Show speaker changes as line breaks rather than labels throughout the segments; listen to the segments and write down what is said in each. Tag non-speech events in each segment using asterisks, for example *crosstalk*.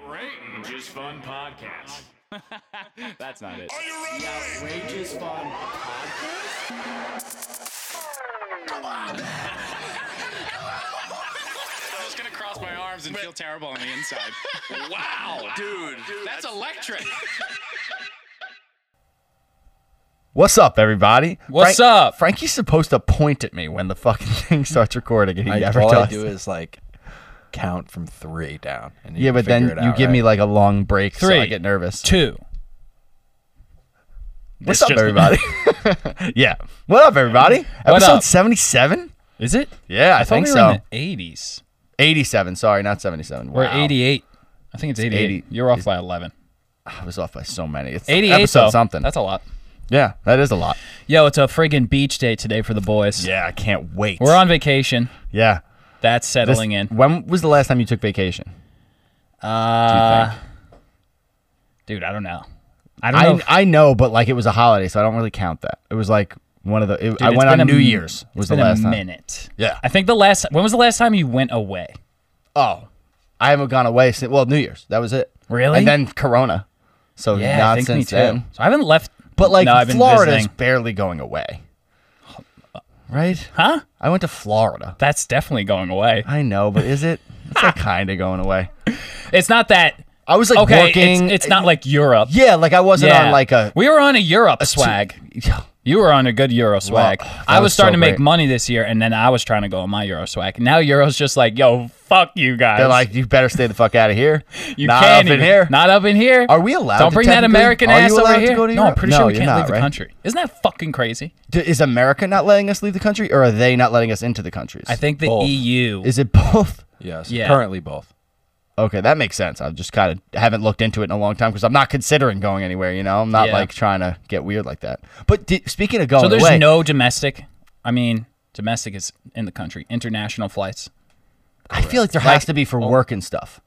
Outrageous Fun Podcast.
That's not it.
Are you ready?
Outrageous Fun Podcast?
*laughs* I was gonna cross my arms and feel terrible on the inside.
*laughs* Wow, dude.
That's electric.
What's up, everybody?
What's up?
Frankie's supposed to point at me when the fucking *laughs* thing starts recording, and he
I,
never
all
does.
I do is like count from three down. And
*laughs*
you
yeah,
can
but
figure
then
it
you
out,
give me like
right?
a long break, so I
Three.
get nervous.
two.
What's
It's
up,
just-
everybody? *laughs* yeah. What up, everybody? Episode
up?
seventy-seven.
Is it?
Yeah, I,
I thought
think
we were
so.
in the eighties.
Eighty-seven. Sorry, not seventy-seven.
We're
Wow.
eighty-eight. I think it's eighty-eight.
80.
You're off by eleven.
I was off by so many. It's
Eighty-eight.
episode
though.
something.
That's a lot.
yeah, that is a lot.
Yo, it's a friggin' beach day today for the boys.
Yeah, I can't wait.
We're on vacation.
Yeah.
That's
This-
settling in.
When was the last time you took vacation?
Uh, dude, I don't know. I don't
I,
know. if-
I know, but like it was a holiday, so I don't really count that. It was like one of the. It, I
Dude, it's
went
been
on
a
New
m-
Year's was
it's
the
been
last
a
time.
minute.
Yeah.
I think the last. When was the last time you went away?
Oh, I haven't gone away since well New Year's. That was it.
Really?
And then Corona. So
Yeah,
not
I think me
since
too.
then.
So I haven't left.
But like
no, I've been
Florida's
visiting. Uh,
barely going away. Right?
huh?
I went to Florida.
That's definitely going away.
I know, but is it? It's
*laughs*
like kind of going away.
It's not that.
I was like
okay,
working.
It's, it's not like Europe.
Yeah, like I wasn't on like a.
We were on a Europe swag. You were on a good Euro swag.
that
I was,
was so
starting to make
great.
money this year, and then I was trying to go on my Euro swag. Now Euro's just like, yo, fuck you guys.
They're like, you better stay the fuck out of here.
you
not
can't
up in
even-
here.
Not up in here.
Are we allowed
Don't
to
bring that
technically-
American
are you
ass
allowed
over
to
here.
go to
no, I'm
Europe?
pretty
No,
sure we
you're
can't
not,
leave the
right?
country. Isn't that fucking crazy?
D- Is America not letting us leave the country, or are they not letting us into the countries?
I think the E
Both.
EU.
Is it both?
Yes.
Yeah.
Currently both.
Okay, that makes sense. I just kind of haven't looked into it in a long time because I'm not considering going anywhere. You know, I'm not
Yeah.
like trying to get weird like that. But di- speaking of going
so there's
away,
no domestic. I mean, domestic is in the country. International flights.
Uh, I feel like there has to be
oh.
for work and stuff.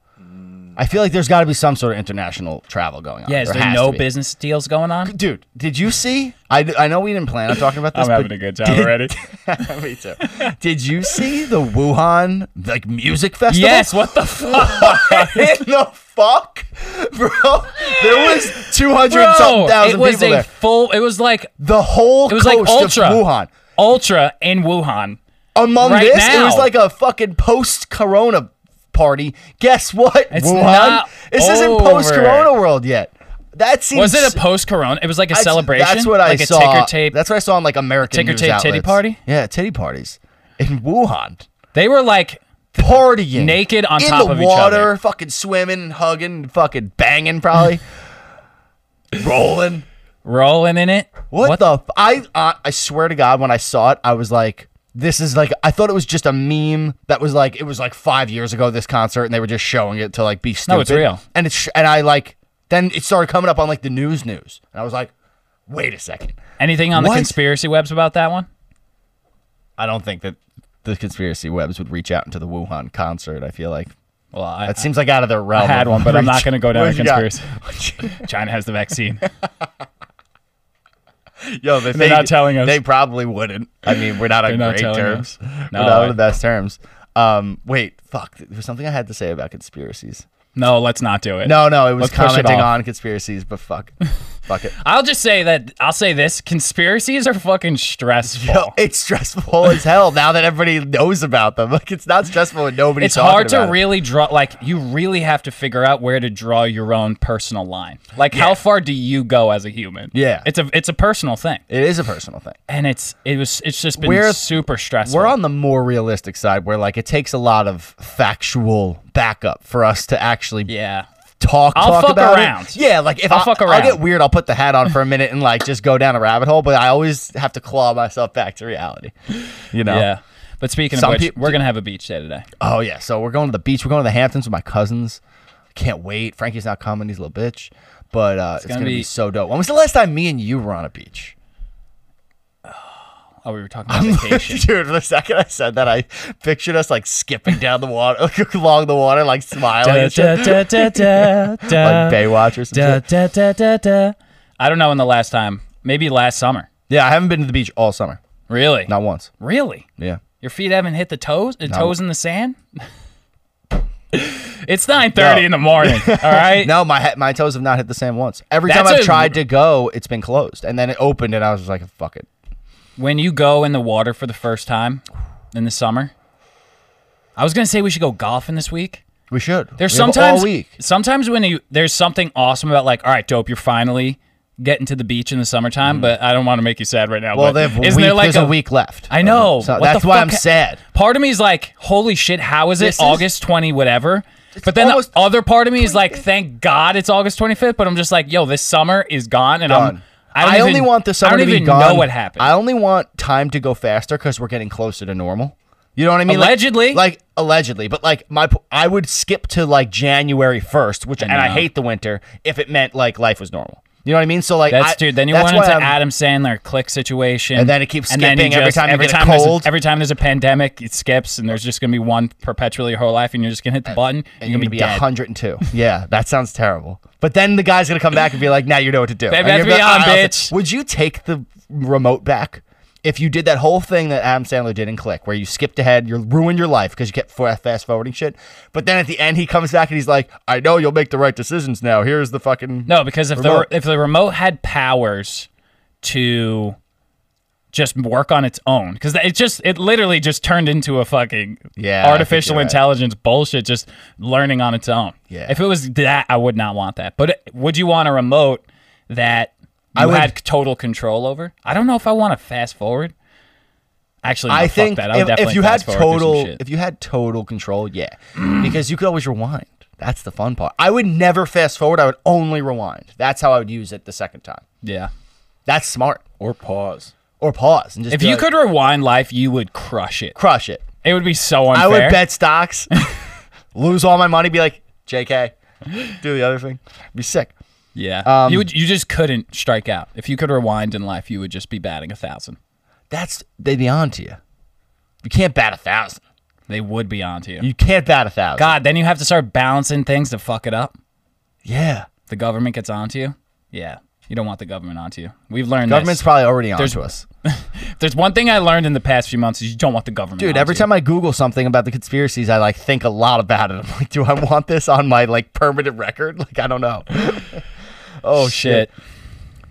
I feel like there's got to be some sort of international travel going on.
Yeah, is there,
has
no
to be.
business deals going on?
Dude, did you see? I, I know we didn't plan on talking about this. but did-
*laughs*
Me too. Did you see the Wuhan like music festival?
yes, what the fuck?
What in *laughs* the fuck, bro? There was two hundred something
Bro,
thousand
it was
people
a
there.
full it was like
The whole
it was
coast
like ultra
of Wuhan.
Ultra in Wuhan.
Among
Right
this, it
now.
was like a fucking post-corona party. Guess what?
It's
Wuhan.
not
this isn't
over.
post-corona world yet. That seems.
Was it a post corona? It was like a
that's-
celebration.
That's what
like
I
a
saw.
ticker tape.
That's what I saw on like American
ticker
news
tape titty
outlets.
party?
Yeah, titty parties in Wuhan.
they were like
Partying
Naked on
in
top
the
of each
water,
other.
fucking swimming, hugging, fucking banging,
*laughs*
probably rolling.
rolling in it.
What, the? F- I uh, I swear to God, when I saw it, I was like, "This is like." I thought it was just a meme that was like it was like five years ago this concert, and they were just showing it to like be stupid.
No, it's real.
And it's and I like then it started coming up on like the news news, and I was like, "Wait a second,
Anything on the
What?
conspiracy webs about that one?
I don't think that the conspiracy webs would reach out into the Wuhan concert." I feel like
Well, I,
that seems like out of their realm.
I had
of
one, but I'm not
reach.
going
*laughs*
to go down a
What you got?
conspiracy. *laughs* China has the vaccine.
Yo, they,
They're not telling us.
They probably wouldn't. I mean, we're not on
They're not
great
telling
terms.
us.
we're
No,
not
I-
on the best terms. Um, wait, fuck. There was something I had to say about conspiracies.
No, let's not do it.
No, no, it was
Let's push it
commenting
off.
on conspiracies, but
*laughs*
fuck, fuck it.
I'll just say that I'll say this: conspiracies are fucking stressful.
Yo, it's stressful as hell now that everybody knows about them. *laughs* Like, it's not stressful when nobody's.
it's
talking
hard to
about it.
really draw. Like you really have to figure out where to draw your own personal line. Like how far do you go as a human?
Yeah.
it's a it's a personal thing,
It is a personal thing.
and it's it was it's just been
We're-
super stressful.
We're on the more realistic side, where like it takes a lot of factual backup for us to actually
yeah.
talk
I'll
talk
fuck
about it.
around.
Yeah, like if
I'll
I,
fuck
I'll
around.
get weird. I'll put the hat on for a minute and like just go down a rabbit hole. But I always have to claw myself back to reality. You know.
Yeah. But speaking
Some
of which,
peop-
we're gonna have a beach day today.
Oh yeah. So we're going to the beach. We're going to the Hamptons with my cousins. Can't wait. Frankie's not coming. He's a little bitch. But uh, it's,
gonna
gonna, be,
be-
so dope. When was the last time me and you were on a beach?
Oh, we were
*laughs*
talking about vacation.
Dude, the second I said that, I pictured us like skipping down the water, *laughs* like, along the water, like smiling,
Da,
and shit.
da,
*laughs*
da, da, da, da,
like Baywatch or something. *laughs*
da, da, da, da, da. I don't know when the last time. Maybe last summer.
Yeah, I haven't been to the beach all summer.
Really?
Not once.
Really?
Yeah.
Your feet haven't hit the toes? The toes in the sand? *laughs* It's 9:30
No.
in
*laughs*
the morning. All *laughs* right.
No, my he- my toes have not hit the sand once. Every time
That's
I've
a-
tried to go, it's been closed, and then it opened, and I was just like, "Fuck it."
When you go in the water for the first time in the summer, I was gonna say we should go golfing this week.
We should.
There's
We have
sometimes
all week.
sometimes when you there's something awesome about like, all right, dope, you're finally getting to the beach in the summertime, but I don't want to make you sad right now.
Mm. Well,
but
they have
isn't
week,
there like
there's a, week left.
I know.
So
What
that's
the
why
fuck
I'm
ha-
sad.
Part of me is like, holy shit, how is it
This is-
August 20 whatever? But then
almost-
the other part of me is like, thank God it's August 25th, but I'm just like, yo, this summer is gone and
Done.
I'm I, don't even,
only want the summer
I don't
to
even
be gone.
know what happened.
I only want time to go faster because we're getting closer to normal. You know what I mean? Like-
Allegedly.
like, allegedly, but like my, po- I would skip to like January first, which and I
know.
hate the winter if it meant like life was normal. You know what I mean? So like,
That's
I,
dude. Then you
that's
went
why
into
I'm-
Adam Sandler click situation,
And then it keeps
and then you
skipping every time you
every
get a
time there's
cold.
every time there's a pandemic, it skips, and there's just gonna be one perpetually your whole life, and you're just gonna hit the button,
And you're gonna be
dead.
102. yeah, that sounds terrible. But then the guy's gonna come back and be like, "Now you know what to do."
*laughs* Baby,
And you're
that's
gonna be
beyond,
"Alright, I'll
bitch."
say-" Would you take the remote back if you did that whole thing that Adam Sandler did in Click, where you skipped ahead, you ruined your life because you kept fa- fast forwarding shit. But then at the end, he comes back and he's like, "I know you'll make the right decisions now. Here's the fucking
No, because if
Remote.
the if the remote had powers to just work on its own, because it just it literally just turned into a fucking
Yeah, I think
artificial
you're right.
intelligence bullshit, just learning on its own.
Yeah.
If it was that, I would not want that. But it- would you want a remote that you
I would-
had total control over? I don't know if I want to fast forward. Actually, no,
I
fuck
think
that. I would
if,
definitely
if you had
fast forward through some
total,
shit.
if you had total control, yeah, because you could always rewind. That's the fun part. I would never fast forward. I would only rewind. That's how I would use it the second time.
yeah.
That's smart.
Or pause.
Or pause and just
If
be
you
like,
could rewind life, you would crush it.
crush it.
It would be so unfair.
I would bet stocks, *laughs* lose all my money, be like, JK, do the other thing. Be sick.
Yeah,
Um,
you would, you just couldn't strike out. If you could rewind in life, you would just be batting a thousand.
That's, they'd be on to you. You can't bat a thousand.
They would be onto you.
You can't bat a thousand.
God, then you have to start balancing things to fuck it up.
Yeah.
The government gets onto you. Yeah, you don't want the government onto you. We've learned
Government's
government's.
probably already on
There's-
to us.
There's one thing I learned in the past few months is you don't want the government.
Dude, every time I Google something about the conspiracies, I like think a lot about it. *laughs* I'm like, do I want this on my like permanent record? *laughs* Like, I don't know. oh, shit.
shit,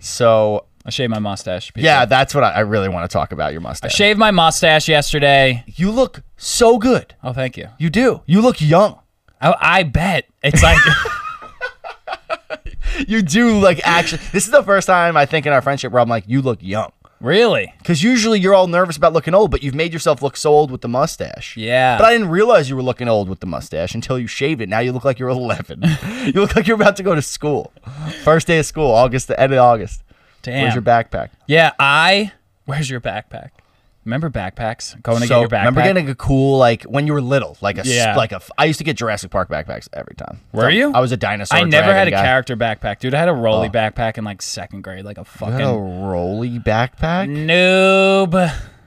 So,
I shaved my mustache. people.
yeah, that's what I, I really want to talk about your mustache.
shaved my mustache yesterday.
you look so good.
Oh, thank you.
You do. You look young.
I, I bet
*laughs*
it's like
You do like actually. This is the first time I think in our friendship where I'm like, you look young.
really.
Because usually you're all nervous about looking old, but you've made yourself look so old with the mustache.
Yeah.
But I didn't realize you were looking old with the mustache until you shaved it. Now you look like you're *laughs* 11. you look like you're about to go to school. First day of school, August, the end of August.
Damn.
Where's your backpack?
Yeah, I. Where's your backpack? Remember backpacks? Going to
so
get your backpack.
remember getting a cool like when you were little, like a s-
Yeah.
like a. f- I used to get Jurassic Park backpacks every time.
Were
So
you?
I was a dinosaur.
I never had a
dragon guy. Oh.
character backpack, dude. I had a rolly backpack in like second grade, like a
You had a
fucking
rolly backpack.
noob.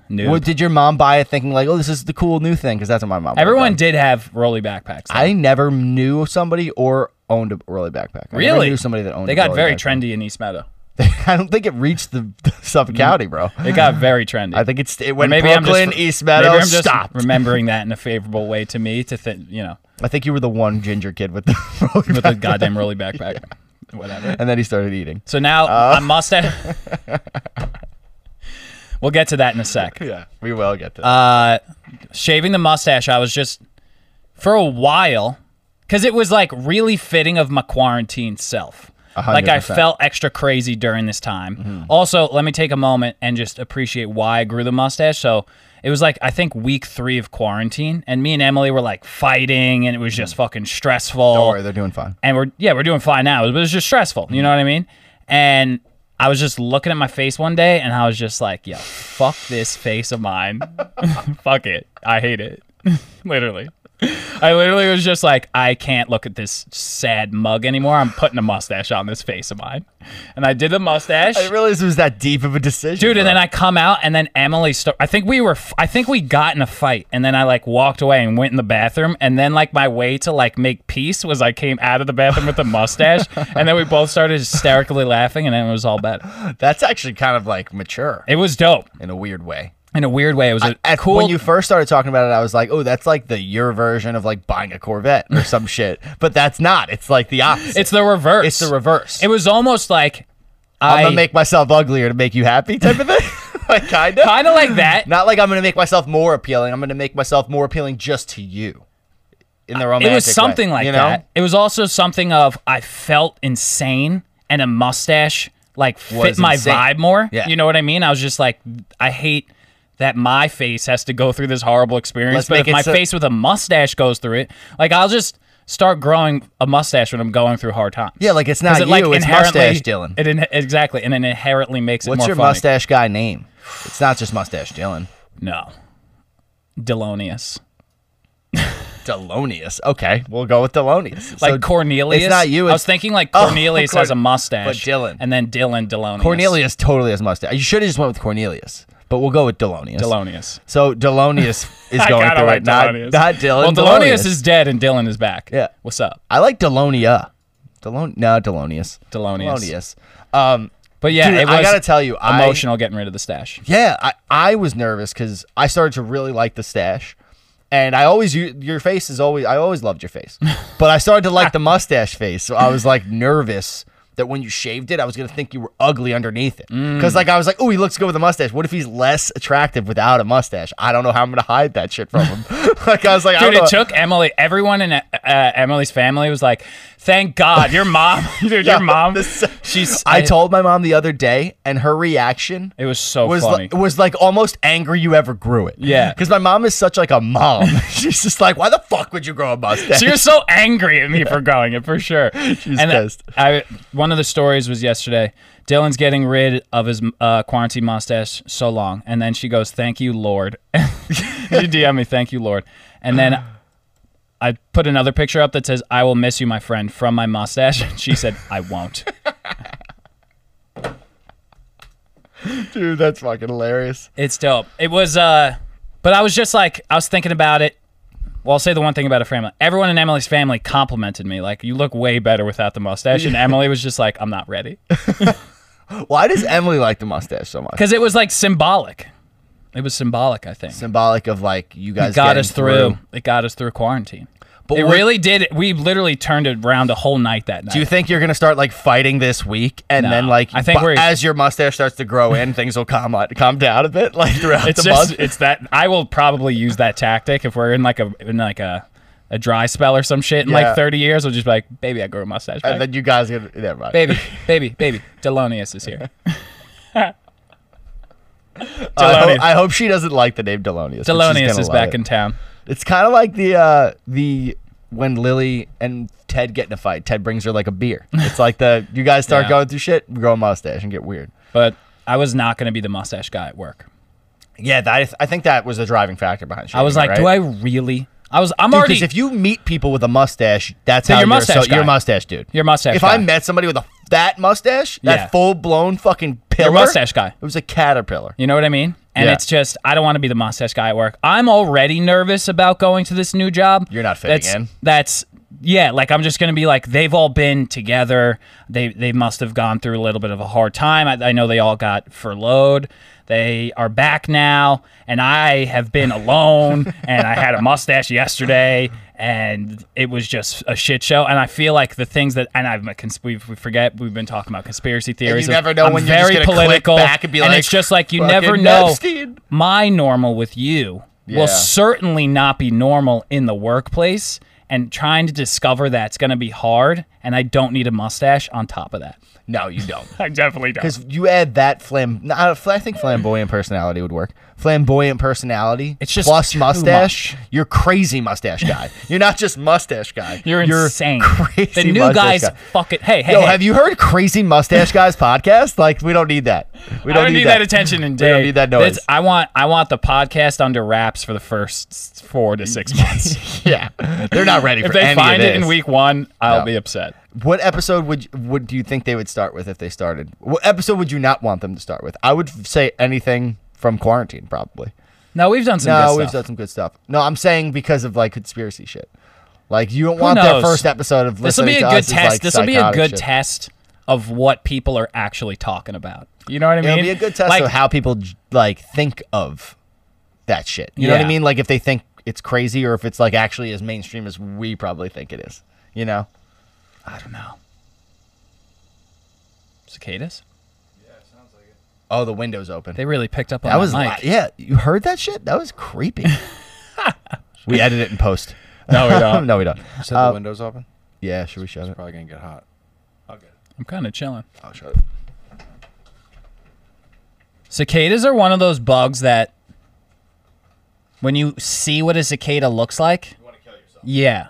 Noob.
What did your mom buy it thinking like, oh, this is the cool new thing? Because that's what my mom. would've
Everyone
done.
did have rolly backpacks. though.
I never knew somebody or owned a rolly backpack. I never
really
knew somebody that owned.
They
a
got
rolly
very
backpack.
trendy in East Meadow.
*laughs* I don't think it reached the, *laughs* the Suffolk County, bro.
It
*laughs*
got very trendy.
I think it's it went
maybe I'm just-
Brooklyn, East Meadow.
maybe I'm just
stopped.
remembering that in a favorable way to me. To think, you know,
I think you were the one ginger kid with the *laughs* rolly
with
backpack.
a goddamn rolly backpack, whatever.
and then he started eating.
So now
Uh.
I must have.
*laughs*
we'll get to that in a sec.
Yeah, we will get to that.
uh, shaving the mustache, I was just for a while because it was like really fitting of my quarantine self. Like I
100%.
felt extra crazy during this time.
Mm-hmm.
Also, let me take a moment and just appreciate why I grew the mustache. So it was like I think week three of quarantine, and me and Emily were like fighting, and it was just fucking stressful
Mm. Don't worry, they're doing fine.
and we're yeah we're doing fine now but it was just stressful you know what i mean and i was just looking at my face one day and i was just like yo fuck this face of mine *laughs* fuck it i hate it *laughs* literally i literally was just like i can't look at this sad mug anymore i'm putting a mustache on this face of mine and i did the mustache
I didn't realize it was that deep of a decision,
Dude, and
bro.
then I come out, and then Emily. St- I think we were. f- I think we got in a fight, and then I like walked away and went in the bathroom, and then like my way to like make peace was I came out of the bathroom with
*laughs*
a mustache, and then we both started hysterically laughing, and then it was all bad.
that's actually kind of like mature
It was dope.
in a weird way.
in a weird way. It was a
At-
cool.
When you first started talking about it, I was like, "Oh, that's like the your version of like buying a Corvette or
*laughs*
some shit," but that's not. It's like the opposite.
it's the reverse.
It's the reverse.
It was almost like
I'm
I
gonna make myself uglier to make you happy, type of thing. *laughs* like kind of,
kind of like that.
not like I'm gonna make myself more appealing. I'm gonna make myself more appealing just to you. In the romantic,
Uh, it was something
way,
like
you know?
that. It was also something of I felt insane and a mustache like fit
Was
my
insane.
vibe more.
Yeah.
You know what I mean? I was just like I hate that my face has to go through this horrible
Let's
experience, but
make
if
it
my
so-
face with a mustache goes through it, like I'll just start growing a mustache when I'm going through hard times.
Yeah, like it's
'Cause
not
it,
you.
like,
it's
inherently-
mustache, Dylan.
It in- exactly, and it inherently makes it
What's
more
your
funny.
mustache guy name? It's not just mustache, Dylan.
No, Delonious.
Delonious. Okay, we'll go with Delonious.
like
So
Cornelius.
It's not you. It's
I was thinking like
*laughs* Oh,
Cornelius has a
Corn-
mustache,
but Dylan.
and then Dylan Delonious.
Cornelius. Totally has mustache. You should have just went with Cornelius, but we'll go with Delonious.
Delonious.
So Delonious
*laughs*
is
I
going
gotta
through
like
it, not,
Delonious.
not Dylan.
Well, Delonious is dead, and Dylan is back.
Yeah.
What's up,
I like Delonia. Delon. No, Delonious.
Delonious?
Delonious. Um,
But yeah,
Dude,
it was
I gotta tell you, I-
emotional getting rid of the stash.
yeah, I, I was nervous because I started to really like the stash, and I always u- your face is always I always loved your
*laughs*
face, but I started to like the mustache face, so I was like nervous. That when you shaved it, I was gonna think you were ugly underneath it,
Mm.
because like I was like, oh, he looks good with a mustache. What if he's less attractive without a mustache? I don't know how I'm gonna hide that shit from him. *laughs* like I was like, I
Dude,
don't know.
it took Emily. Everyone in uh, Emily's family was like, "Thank God, your mom, *laughs*
*laughs*
dude,
No,
your mom."
this-
*laughs* she's.
I told my mom the other day, and her reaction
It was so
was
funny.
like, was like almost angry you ever grew it.
Yeah.
because my mom is such like a
*laughs*
mom. *laughs* She's just like, why the fuck would you grow a mustache?
So you're so angry at me for growing it for sure. She's
pissed.
I, one of the stories was yesterday. Dylan's getting rid of his uh, quarantine mustache so long, and then she goes, "Thank you, Lord." *laughs* she DM me, "Thank you, Lord," and then I put another picture up that says, "I will miss you, my friend," from my mustache, *laughs* and she said, "I won't."
Dude, that's fucking hilarious.
It's dope. It was, uh, but I was just like, I was thinking about it. Well, I'll say the one thing about a family. Everyone in Emily's family complimented me. Like, you look way better without the mustache. And Emily was just like, I'm not ready.
Why does Emily like the mustache so much?
Because it was like symbolic. It was symbolic, I think.
Symbolic of like you guys
got
getting
us through. It got us through quarantine.
But
it
what-
really did. We literally turned it around a whole night that
*laughs*
night.
Do you think you're gonna start like fighting this week, and
No.
then like
I think
bu-
we're-
as your mustache starts to grow in, things will calm out- calm down a bit, *laughs* like throughout
it's
the
just
month.
it's that I will probably use that tactic if we're in like a in like a a dry spell or some shit in
Yeah.
like 30 years. We'll just be like, baby, I grew a mustache. back."
And then you guys gonna never mind.
baby, baby, baby. Delonious
*laughs*
is here.
I, ho-
Delonious.
I hope she doesn't like the name Delonious. but she's
Delonious
gonna
is
love
back
it.
in town.
It's kind of like the uh the when Lily and Ted get in a fight. Ted brings her like a
*laughs*
beer. It's like the you guys start
Yeah.
going through shit, we grow a mustache and get weird.
But I was not going to be the mustache guy at work.
Yeah, that, I think that was the driving factor behind.
I was like, do I really? I was. I'm already.
Because if you meet people with a mustache, that's
Then
how
you're
you're,
mustache
so, you're
guy.
a mustache dude.
You're a mustache
If
guy.
I met somebody with a that mustache,
Yeah.
that full blown fucking pillar,
mustache guy.
it was a caterpillar.
You know what I mean? And
Yeah.
it's just I don't want to be the mustache guy at work. I'm already nervous about going to this new job.
You're not fitting
that's,
in.
That's yeah, like I'm just gonna be like they've all been together. They they must have gone through a little bit of a hard time. I, I know they all got furloughed. They are back now, and I have
*laughs*
been alone. and I had a mustache yesterday, and it was just a shit show. And I feel like the things that and I've cons- we we forget we've been talking about conspiracy theories.
you never know
I'm
when you're just
very
gonna click
political,
back and be like,
it's just like you
"Fucking
never know
Epstein."
my normal with you
Yeah.
will certainly not be normal in the workplace and trying to discover that's going to be hard and i don't need a mustache on
*laughs*
top of that
No, you don't.
i definitely don't
Because you add that flam, no, I I think flamboyant personality would work. Flamboyant personality,
It's just
plus
too
mustache. You're crazy mustache
*laughs*
guy. You're not just mustache guy.
you're insane
*laughs* Crazy.
the new
mustache
guys
guy.
fucking hey hey,
Yo,
hey.
have you heard Crazy Mustache Guys podcast? Like, we don't need that. We
I
don't,
don't need, that. attention and
We
day.
don't need that
That's-
noise.
I want I want the podcast under wraps for the first s- four to
*laughs*
six
*laughs*
months.
yeah, they're not ready for
if they
any
find
of
it in
this.
week one, I'll
No.
be upset.
What episode would you- would do you think they would start with if they started? What episode would you not want them to start with? I would f- say anything from quarantine, probably.
No, we've done some.
No,
good
we've
stuff.
done some good stuff. No, I'm saying because of like conspiracy shit. Like you don't want that
knows?
first episode of
This will
listening
be a
to
good
us is,
test.
like,
this will be a
psychotic
good
shit.
test of what people are actually talking about. You know what I mean?
It'll be a good test
Like,
of how people j- like think of that shit. You know what I
Yeah.
mean? Like if they think it's crazy or if it's like actually as mainstream as we probably think it is. You know?
I don't know. Cicadas?
Oh, the window's open.
They really picked up on
that was
mic.
li- yeah. You heard that shit? That was
*laughs*
creepy. we edit it in post.
No, we
*laughs*
don't.
no, we don't.
Said the windows open.
Yeah, should we shut it?
Probably gonna get hot. I'll get it.
I'm kind of chilling.
Oh, shut it.
Cicadas are one of those bugs that when you see what a cicada looks like, you want to kill yourself. Yeah.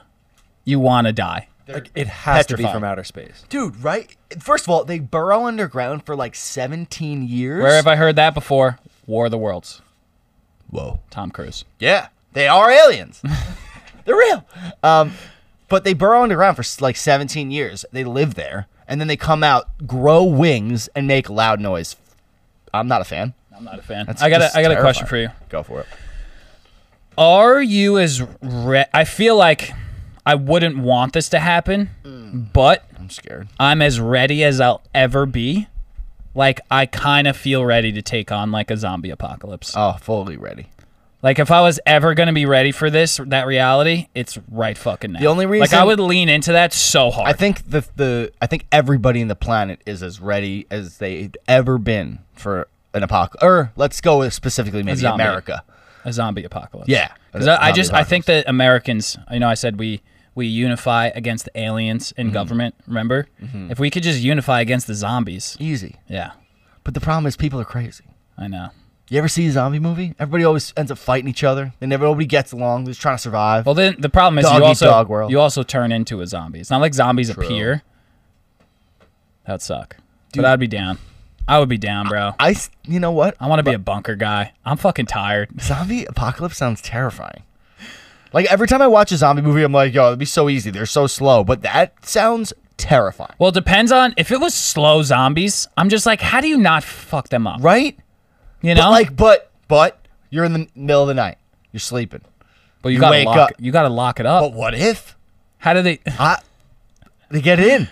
You want to die.
Like, it has to be
petrified.
from outer space.
Dude, right? First of all, they burrow underground for like 17 years.
Where have I heard that before? War of the Worlds.
Whoa.
Tom Cruise.
Yeah, they are
*laughs*
aliens. They're real. Um, but they burrow underground for s- like 17 years. They live there, and then they come out, grow wings, and make loud noise. I'm not a fan.
I'm not a fan.
That's
I got
just
a, I got a question
terrifying.
for you.
Go for it.
Are you as re- I feel like I wouldn't want this to happen,
Mm.
but
I'm scared.
I'm as ready as I'll ever be. Like I kind of feel ready to take on like a zombie apocalypse.
Oh, fully ready.
Like if I was ever gonna be ready for this, that reality, it's right fucking now.
The only
like I
reason-
would lean into that so hard.
I think the the I think everybody in the planet is as ready as they've ever been for an apocalypse. Or let's go with specifically maybe
zombie.
America.
a zombie apocalypse.
Yeah.
because I, I
Zombie
just I think that Americans, you know, I said we we unify against the aliens
Mm-hmm.
and government. Remember, if we could just unify against the zombies,
Easy.
yeah,
But the problem is people are crazy.
I know.
You ever see a zombie movie? Everybody always ends up fighting each other. They never nobody gets along. They're just trying to survive.
Well, then the problem is
Dog
you
eat
also
dog world.
you also turn into a zombie. It's not like zombies appear. That'd suck. But I'd be down. I would be down, bro. I,
I, s- you know what?
want to be a bunker guy. I'm fucking tired.
Zombie apocalypse sounds terrifying. Like every time I watch a zombie movie, I'm like, yo, it'd be so easy. They're so slow, but that sounds terrifying,
Well, it depends on if it was slow zombies. I'm just like, how do you not fuck them up?
right?
You
But
know,
like, but but you're in the middle of the night, you're sleeping.
but you,
you
gotta
wake
lock,
up.
You gotta lock it up.
But what if
how do they? *sighs*
I they get in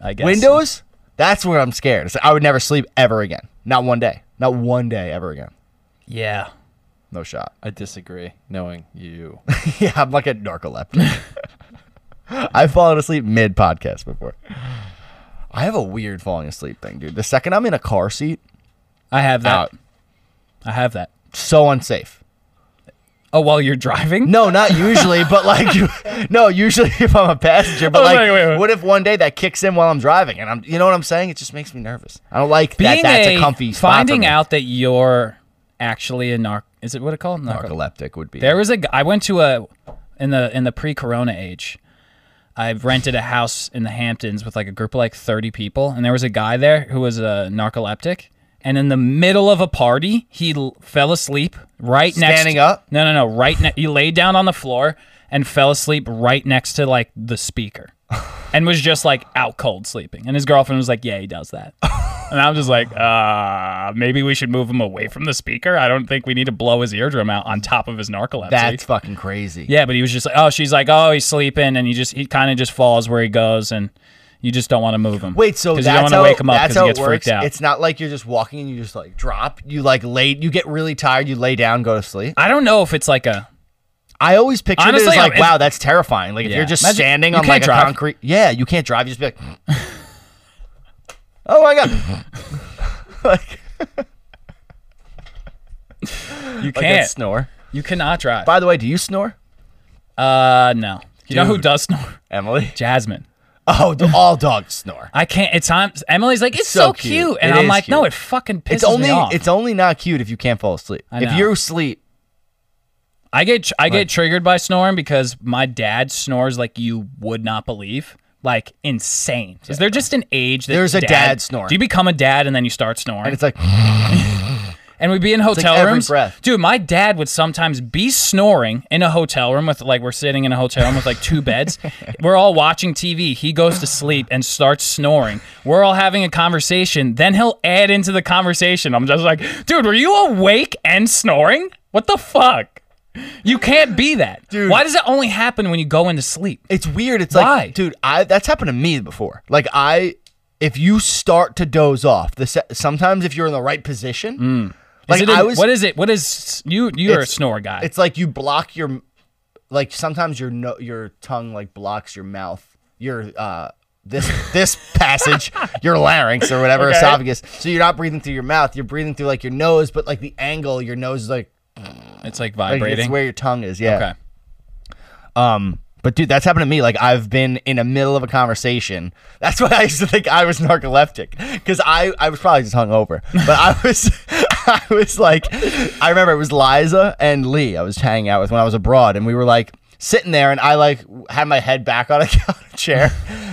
I guess
windows? That's where I'm scared. It's like, I would never sleep ever again. Not one day. Not one day ever again.
Yeah,
No shot.
I disagree. Knowing
*laughs*
you,
yeah, I'm like a narcoleptic. *laughs* I've fallen asleep mid podcast before. I have a weird falling asleep thing, dude. The second I'm in a car seat,
I have that.
out.
I have that.
So unsafe.
Oh, while you're driving?
No, not usually, but like, *laughs* no, usually if I'm a passenger, but
Oh,
like,
wait, wait, wait.
what if one day that kicks in while I'm driving and I'm, you know what I'm saying? It just makes me nervous. I don't like that. That's a, comfy spot. for
Finding
me.
out that you're actually a narc. Is it what it called? Narco-
narcoleptic would be
There was a. g- I went to a in the in the pre-corona age. I've rented a house in the Hamptons with like a group of like 30 people, and there was a guy there who was a narcoleptic. And in the middle of a party, he l- fell asleep right next.
Standing up?
No, no, no. Right, ne- he laid down on the floor and fell asleep right next to like
*laughs*
the speaker, and was just like out cold sleeping. And his girlfriend was like, "Yeah, he
*laughs*
does that." And I'm just like, uh, maybe we should move him away from the speaker. I don't think we need to blow his eardrum out on top of his narcolepsy.
that's fucking crazy.
yeah, but he was just like, oh, she's like, oh, he's sleeping, and he just he kind of just falls where he goes, and you just don't want to move him.
Wait, so
because
that's
you don't want to
how,
wake him up
that's
because he
how
gets
it works.
freaked out.
It's not like you're just walking and you just like drop. You like lay, you get really tired, you lay down, go to sleep.
I don't know if it's like a
I always picture it
Honestly,
as like,
if-
wow, that's terrifying. Like if
Yeah.
you're just
Imagine-
standing
you
on
can't
like
drive.
a concrete, yeah, you can't drive. You just be like, oh my god, *laughs* like,
you
like a
can't
snore.
you cannot drive.
By the way, do you snore,
Uh, no. You know who
Dude.
does snore?
Emily? *laughs*
Jasmine.
Oh, do all dogs snore.
I can't. It's times Emily's like, it's so,
so
cute.
cute.
and
It
I'm
is
like, no,
cute.
it fucking pisses
It's only
me off.
it's only not cute if you can't fall asleep.
I
If
know.
you sleep,
I get tr- I get triggered by snoring because my dad snores like you would not believe, like insane. Is there just an age that
There's a dad snoring.
Do you become a dad and then you start snoring?
and it's like
And we'd be in hotel
every
rooms.
breath.
Dude, my dad would sometimes be snoring in a hotel room with like we're sitting in a hotel room with like two
*laughs*
beds. we're all watching TV. He goes to sleep and starts snoring. We're all having a conversation. Then he'll add into the conversation. I'm just like, dude, were you awake and snoring? What the fuck? You can't be that.
Dude.
Why does it only happen when you go into sleep?
It's weird. It's
Why?
like, dude, I that's happened to me before. Like I, if you start to doze off, the se- sometimes if you're in the right position, Like
Mm. it
I
in-
was
what is it? What is you? You're a
It's-
snore guy.
It's like you block your, like sometimes your no, your tongue like blocks your mouth, your uh this this
*laughs*
passage, your larynx or whatever esophagus. So you're not breathing through your mouth. You're breathing through like your nose, but like the angle, your nose is like,
It's like
like it's
vibrating.
where your tongue is. Yeah.
okay.
Um, But dude, that's happened to me. Like I've been in the middle of a conversation. That's *laughs* why I used to think I was narcoleptic because I, I was probably just hungover. But I was *laughs* I was like I remember it was Liza and Lee I was hanging out with when I was abroad, and we were like sitting there, and I like had my head back on a, *laughs* on a chair,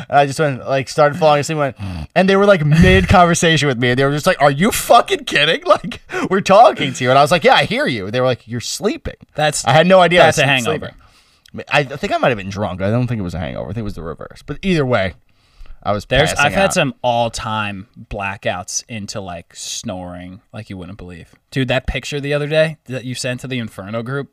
and I just went like started falling asleep. Went, and they were like mid conversation with me, and they were just like, "Are you fucking kidding? *laughs* Like we're talking to you?" And I was like, "Yeah, I hear you." They were like, "You're sleeping."
That's
I had no idea. I
That's
was
a hangover.
sleeping. I I think I might have been drunk. I don't think it was a hangover. I think it was the reverse. But either way, I was.
There's
passing
I've had
out.
some all time blackouts into like snoring like you wouldn't believe. Dude, that picture the other day that you sent to the Inferno group.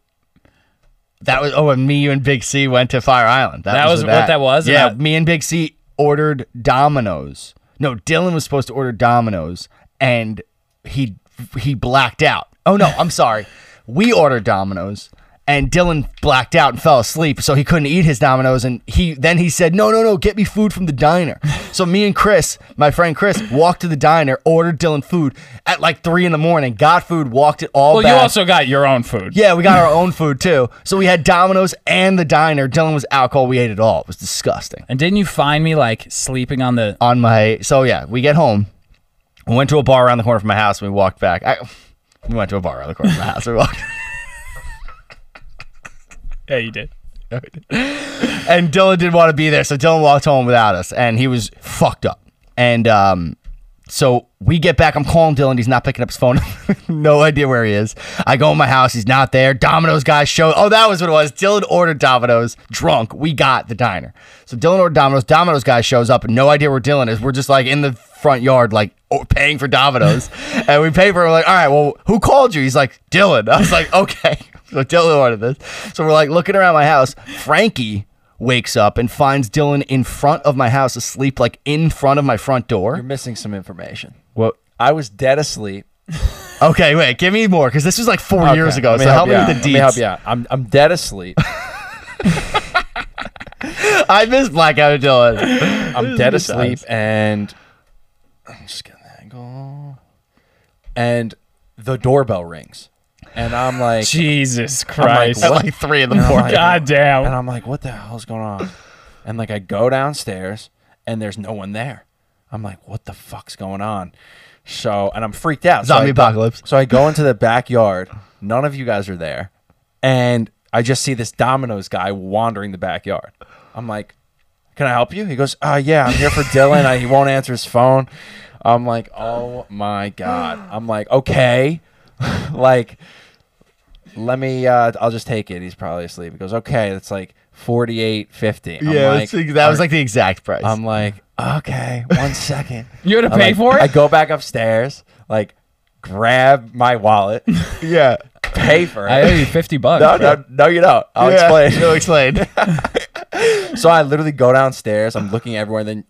That was oh, and me, you, and Big C went to Fire Island. That,
That was what that was?
Yeah,
And I-
me and Big C ordered Domino's. No, Dylan was supposed to order Domino's, and he he blacked out. Oh no, I'm
*laughs*
sorry. We ordered Domino's. And Dylan blacked out and fell asleep, so he couldn't eat his Domino's. And he then he said, "No, no, no, get me food from the
*laughs*
diner." so me and Chris, my friend Chris, walked to the diner, ordered Dylan food at like three in the morning, got food, walked it all.
Well,
back.
you also got your own food.
Yeah, we got our own food too. So we had Domino's and the diner. Dylan was alcohol. We ate it all. It was disgusting.
And didn't you find me like sleeping on the
On my so yeah, we get home. We went to a bar around the corner from my house. And we walked back. I, we went to a bar around the corner from my house. We walked,
Yeah, you did.
and Dylan didn't want to be there, so Dylan walked home without us, and he was fucked up. And um, so we get back. I'm calling Dylan. He's not picking up his phone. *laughs* no idea where he is. I go in my house. He's not there. Domino's guys show. Oh, that was what it was. Dylan ordered Domino's. Drunk. We got the diner. So Dylan ordered Domino's. Domino's guy shows up. No idea where Dylan is. We're just like in the front yard, like o- paying for Domino's, and we pay for. It. We're like, all right. Well, who called you? He's like Dylan. *laughs* I was like, okay. So Dylan ordered this. So we're like looking around my house. Frankie wakes up and finds Dylan in front of my house asleep, like in front of my front door.
You're missing some information.
What?
I was dead asleep.
Okay, wait. Give me more because this was like four years
Okay,
ago.
let
So help me
you
with the
out.
deets.
Let me help you out. I'm, I'm dead asleep.
*laughs* I miss Blackout Dylan.
I'm dead asleep, and I'm just getting the angle. And the doorbell rings, and I'm like,
Jesus Christ.
At like three in the
I'm
morning. *laughs*
like-
God damn.
And I'm like, what the hell's going on? And like, I go downstairs and there's no one there. I'm like, what the fuck's going on? So, and I'm freaked out. So
Zombie
I-
apocalypse.
*laughs* So I go into the backyard. None of you guys are there. And I just see this Domino's guy wandering the backyard. I'm like, can I help you? He goes, uh, yeah, I'm here for Dylan. I, he won't answer his phone. I'm like, oh my God. I'm like, okay. *laughs* like, let me uh i'll just take it he's probably asleep he goes okay that's like 4850 I'm
yeah,
like, um,
it's like- that was like the exact price.
i'm like okay
*laughs*
one second
You had to
I'm
pay
like-
for it?
i go back upstairs like grab my wallet *laughs*
yeah.
pay for
I owe you
it
fifty
*laughs*
bucks.
no
bro.
no no you don't i'll
yeah. *laughs*
explain
No,
*laughs*
explain.
so I literally go downstairs. I'm looking everywhere. Then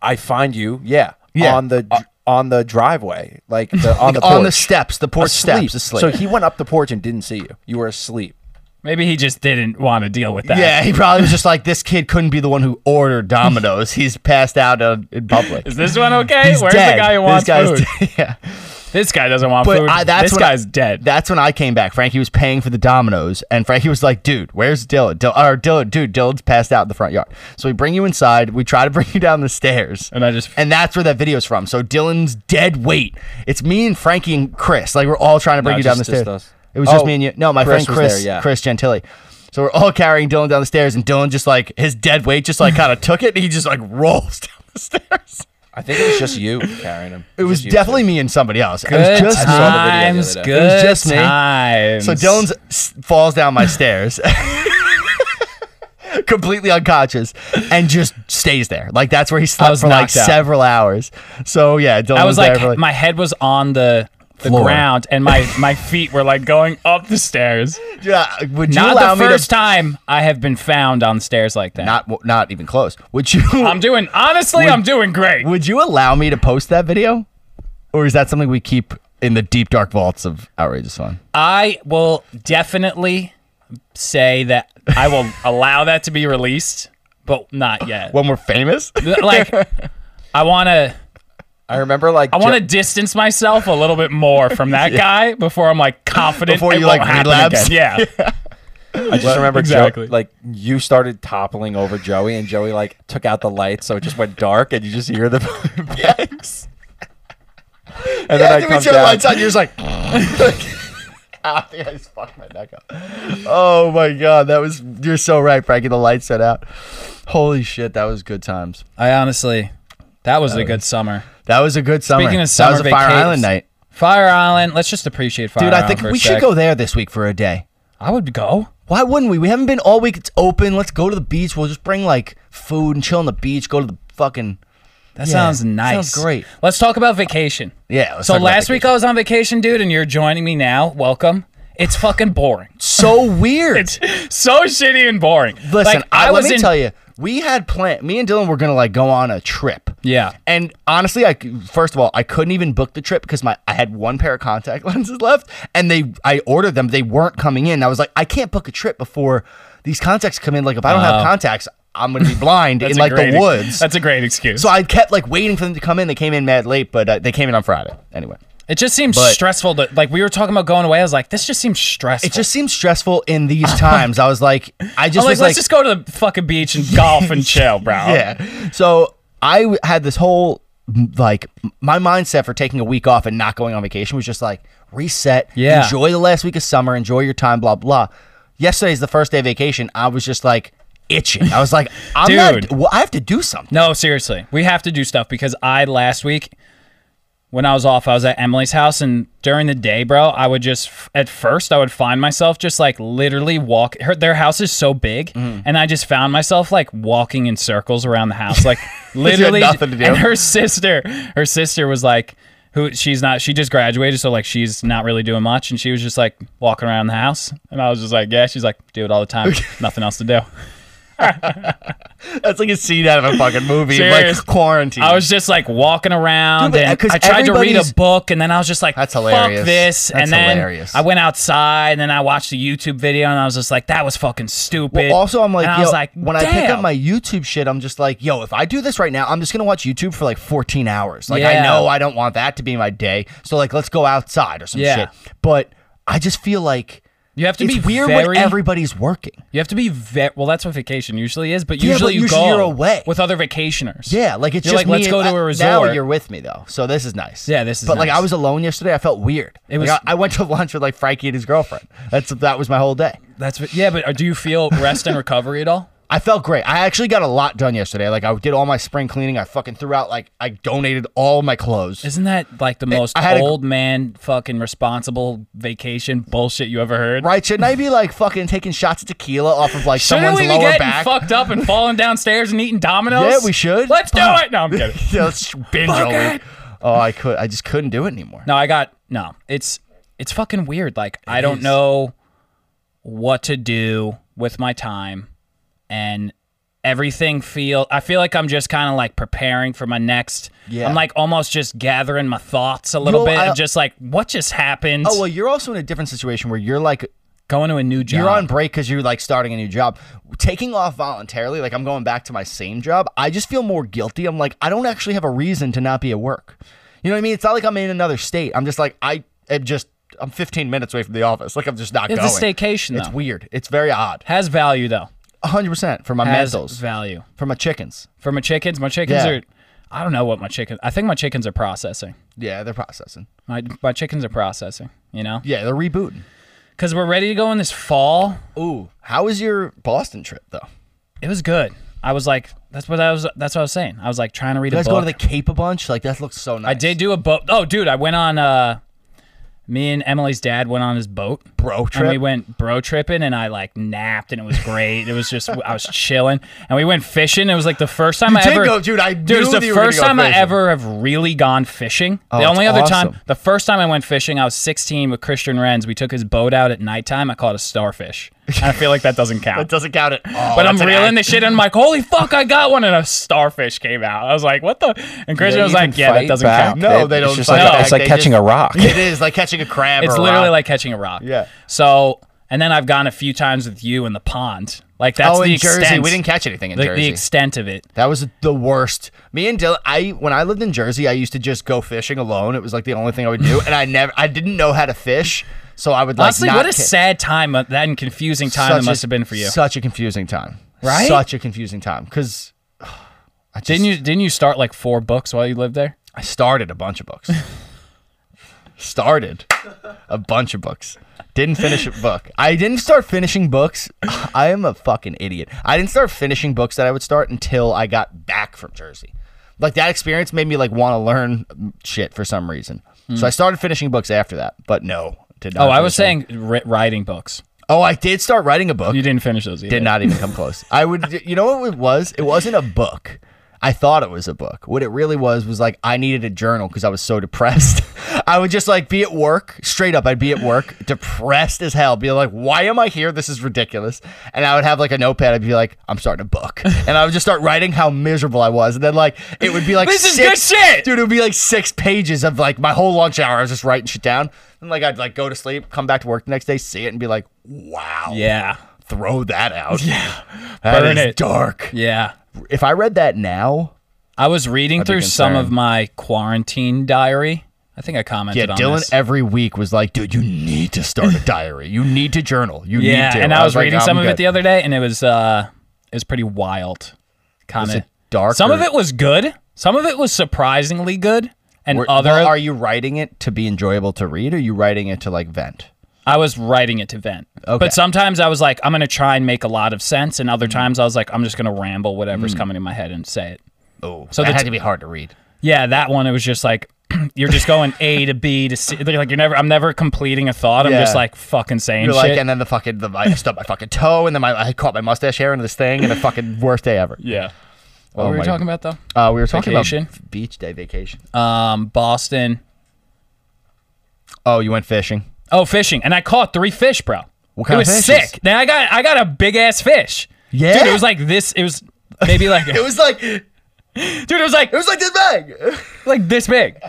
I find you. Yeah.
Yeah.
On the on the driveway, like the, on the
*laughs*
porch.
On the steps, the porch
Asleep.
steps, asleep.
So he went up the porch and didn't see you. You were asleep.
Maybe he just didn't want to deal with that.
yeah, he probably was just like, this kid couldn't be the one who ordered Domino's. He's passed out uh, in public.
Is this one okay?
He's
Where's
dead.
the guy who wants
this guy's
food?
dead. *laughs* yeah.
This guy doesn't want
But
food.
I, that's
this
when I-
guy's dead.
That's when I came back. Frankie was paying for the Dominoes, and Frankie was like, "Dude, where's Dylan? Dil- or Dylan, dude, Dylan's passed out in the front yard." So we bring you inside. We try to *laughs* bring you down the stairs,
And I just-
and that's where that video's from. So Dylan's dead weight. It's me and Frankie and Chris. Like we're all trying to bring
No,
you down the
just-
stairs.
just us.
It was just
Oh,
me and you. No, my
Chris
friend
was
Chris,
there, yeah.
Chris Gentili. So we're all carrying Dylan down the stairs, and Dylan just like his dead weight just like kind
*laughs*
of took it, and he just like rolls down the stairs.
I think it was
*laughs*
just you carrying him.
It was
Just you
definitely
two.
me and somebody else. It
Good
was just me.
saw the video the other
times.
day.
Good
It was just me.
times.
So Dylan s- falls down my stairs, *laughs* completely unconscious, and just stays there. Like that's where he slept
was
for like
knocked out.
several hours. So yeah, Dylan
I was
there
like,
for, like
my head was on the the
Floor.
ground,
*laughs*
and my my feet were like going up the stairs.
yeah, would you
Not
allow
the
me
first
to?
time I have been found on stairs like that.
Not w- not even close. Would you? *laughs*
I'm doing honestly. I'm doing great.
would you allow me to post that video, or is that something we keep in the deep dark vaults of outrageous fun.
I will definitely say that
*laughs*
I will allow that to be released, but not yet.
When we're
*laughs*
famous, *laughs*
like I want to
I remember like
I want to distance myself a little bit more from
*laughs*
that guy before I'm like confident
Before
it
you,
won't
like,
happen
relapse?
again.
*laughs*
Yeah.
I just remember Joe-
exactly.
like you started toppling over Joey, and Joey like took out the lights, so it just went dark, and you just hear the *laughs* bangs. And then I come down.
lights on, you're
*laughs*
just like. *laughs* Ah, I think I just fucked my neck up. Oh my god, that was you're so right, Frankie. The lights set out. Holy shit, that was good times.
I honestly that was a good summer.
That was a good summer.
Speaking of
that
summer
was a Fire
vacations-
Island night,
Fire Island, let's just appreciate Fire
dude.
Island.
I think
for a
we should
sec.
go there this week for a day.
I would go.
Why wouldn't we? We haven't been all week. It's open. Let's go to the beach. We'll just bring like food and chill on the beach. Go to the fucking
That
Yeah,
sounds
sounds
nice.
great.
Let's talk about vacation.
yeah. let's
So
talk about
last
vacation.
week I was on vacation, dude, and you're joining me now. Welcome. It's fucking boring. *laughs*
so weird.
It's so shitty and boring.
Listen,
Like,
I,
was
let me
in-
tell you, we had planned. Me and Dylan were gonna like go on a trip.
Yeah.
And honestly, I c- first of all, I couldn't even book the trip because my I had one pair of contact *laughs* lenses left, and they I ordered them. They weren't coming in. I was like, I can't book a trip before these contacts come in. Like if I don't have contacts, I'm gonna be
*laughs*
blind in
That's a
like
great
the
ex-
woods.
That's a great excuse.
so I kept like waiting for them to come in. They came in mad late, but uh, they came in on Friday anyway.
it just seems
but-
stressful. To, like we were talking about going away. I was like, this just seems stressful.
It just seems stressful in these
*laughs*
times. I was like, I
I'm
just
like,
was
let's
like,
just go to the fucking beach and
*laughs*
golf and chill, bro.
Yeah. So I w- had this whole m- like m- my mindset for taking a week off and not going on vacation was just like reset.
Yeah.
Enjoy the last week of summer. Enjoy your time. Blah blah. Yesterday's the first day of vacation. I was just like itching. I was like, I'm
Dude.
not. Well, I have to do something.
No, seriously, we have to do stuff because I last week when I was off, I was at Emily's house, and during the day, bro, I would just at first I would find myself just like literally walk. Her, their house is so big,
Mm-hmm.
and I just found myself like walking in circles around the
*laughs*
house, like *laughs* literally.
nothing to do.
And her sister, her sister was like. Who she's not, she just graduated, so like she's not really doing much. And she was just like walking around the house. And I was just like, Yeah, she's like, do it all the time.
*laughs*
Nothing else to do.
*laughs* That's like a scene out of a fucking movie.
Serious.
Like quarantine.
I was just like walking around
Dude, but, uh,
and
'cause
I tried to read
everybody's-
a book and then I was just like,
That's
Fuck
hilarious.
this.
That's
and then
hilarious.
I went outside and then I watched a YouTube video and I was just like, that was fucking stupid.
Well, also, I'm like,
and I
yo,
was like,
when I pick
damn.
up my YouTube shit, I'm just like, yo, if I do this right now, I'm just gonna watch YouTube for like 14 hours. Like, I
Yeah.
know I don't want that to be my day, so like, let's go outside or some
Yeah.
shit. But I just feel like
You have to
it's
be
weird
very-
when everybody's working.
you have to be ve- well. That's what vacation usually is, but
Yeah,
usually
but
you
usually
go
you're away.
with other vacationers.
Yeah, like it's
You're
just
like, let's
me
go
and-
to a
I- Now
resort.
you're with me though, so this is nice.
Yeah, this is
But like,
nice.
I was alone yesterday. I felt weird. It
was-
was. I went to *laughs* lunch with like Frankie and his girlfriend. That's that was my whole day.
that's what, yeah. But uh, do
*laughs*
you feel rest and recovery at all?
I felt great. I actually got a lot done yesterday. Like I did all my spring cleaning. I fucking threw out like I donated all my clothes.
Isn't that like the most
I had a-
old man fucking responsible vacation bullshit you ever heard?
Right? Shouldn't I be like fucking taking shots of tequila off of like
Shouldn't
someone's
we be
lower
getting
back?
fucked up and falling downstairs and eating Dominoes?
Yeah, we should.
Let's do
Fuck.
it. No, I'm kidding.
*laughs* Yeah, let's binge all
it.
week. Oh, I could. I just couldn't do it anymore.
No, I got no. It's it's fucking weird. Like I don't
is.
know what to do with my time and everything feel I feel like I'm just kind of like preparing for my next
Yeah.
I'm like almost just gathering my thoughts a little
Well,
bit
I-
of just like what just happened
Oh well, you're also in a different situation where you're like
going to a new job
you're on break because you're like starting a new job. Taking off voluntarily, like I'm going back to my same job. I just feel more guilty. I'm like I don't actually have a reason to not be at work. You know what I mean? It's not like I'm in another state. I'm just like I am just I'm 15 minutes away from the office. Like I'm just not
It's
going.
a staycation though
It's weird. It's very odd.
has value though
100 percent for my
has
mentals,
value
for my chickens.
for my chickens my chickens
Yeah.
are I don't know what my chickens I think my chickens are processing
Yeah, they're processing.
my my chickens are processing you know
Yeah, they're rebooting.
because we're ready to go in this fall
Ooh, how was your Boston trip though?
It was good. I was like, that's what I was. That's what I was saying. I was like trying to read
You
a
guys
book.
go to the Cape a bunch? Like that looks so nice.
I did do a boat. Oh, dude, I went on. uh Me and Emily's dad went on his boat.
bro trip.
And we went bro tripping, and I like napped, and it was great. It was just *laughs* I was chilling, and we went fishing. It was like the first time I
did
ever,
go, dude. I
dude, it's
knew
the
you were gonna
first
go
time I
fishing. Oh,
ever have really gone fishing. the
that's
only other time,
awesome.
the first time I went fishing, I was 16 with Christian Renz. We took his boat out at nighttime. I caught a starfish. And I feel like
*laughs*
that doesn't count.
It doesn't count Oh, it.
but I'm reeling the shit and I'm like, holy fuck, I got one. And a starfish came out. I was like, what the? And Christian was like, yeah, that doesn't count.
No, they don't
It's just
fight
like,
back.
it's like
They
catching
just-
a rock.
It is like catching a crab.
It's
or a
literally
rock.
like catching a rock.
Yeah.
So, and then I've gone a few times with you in the pond. Like, that's
oh,
the
in
extent.
Jersey, we didn't catch anything in
the,
Jersey.
the extent of it.
That was the worst. Me and Dylan, I when I lived in Jersey, I used to just go fishing alone. It was like the only thing I would do, and I never, I didn't know how to fish, so I would like.
Honestly,
not
what a
ca-
sad time, uh, that and confusing time
such
that
a-
must have been for you.
Such a confusing time,
Right?
Such a confusing time *sighs* because
didn't you? Didn't you start like four books while you lived there?
I started a bunch of
*laughs*
books. started a bunch of books. Didn't finish a book. I didn't start finishing books. *sighs* I am a fucking idiot. I didn't start finishing books that I would start until I got back from Jersey. Like that experience made me like want to learn shit for some reason. So I started finishing books after that. But no, did not.
Hmm. Oh, I was
finish
saying ri writing books.
them. Oh, I did start writing a book.
You didn't finish those either.
Did not even come close. I would, you know what it was? It wasn't a book. I thought it was a book. What it really was was like I needed a journal because I was so depressed. *laughs* I would just like be at work, straight up. I'd be at work, depressed as hell, be like, why am I here? This is ridiculous. And I would have like a notepad. I'd be like, I'm starting a book.
*laughs*
And I would just start writing how miserable I was. And then like, it would be like,
This is
six-
good shit!
Dude, it would be like six pages of like my whole lunch hour. I was just writing shit down. And like, I'd like go to sleep, come back to work the next day, see it, and be like, wow
Yeah.
throw that out. Yeah.
Burn it.
dark.
Yeah.
If I read that now,
I was reading through some of my quarantine diary. I think I commented
yeah,
on
Dylan
this.
every week was like, dude, you need to
*laughs*
start a diary. You need to journal. You
yeah,
need to.
and I was
like,
reading
I'm
some of it
good.
the other day, and it was uh, it was pretty wild. Kind
Was
of
it dark
Some of
or-
it was good. Some of it was surprisingly good, and
Were-
other
well, are you writing it to be enjoyable to read or are you writing it to like vent?
I was writing it to vent.
Okay. Mm.
But sometimes I was like, I'm gonna try and make a lot of sense, and other times I was like, I'm just gonna ramble whatever's coming in my head and say it.
Oh, so
So
that
the
had
t-
to be hard to read.
Yeah, that one it was just like *clears throat* you're just going A to B to C. Like you're never, I'm never completing a thought. I'm
Yeah.
just like fucking saying
You're
shit.
like, and then the fucking, the, I stubbed my fucking toe, and then my, I caught my mustache hair into this thing, and the fucking worst day ever.
yeah. What
Oh
were we
my-
talking about though?
Uh, we were talking
Vacation.
about beach day vacation.
Um, Boston.
oh, you went fishing.
Oh, fishing, and I caught three fish, bro.
What kind
it
of
was
fishes?
sick. Then I got I got a big ass fish.
Yeah?
dude, it was like this. It was maybe like
*laughs* It was like, it
dude, it was like
was like this bag.
like this big.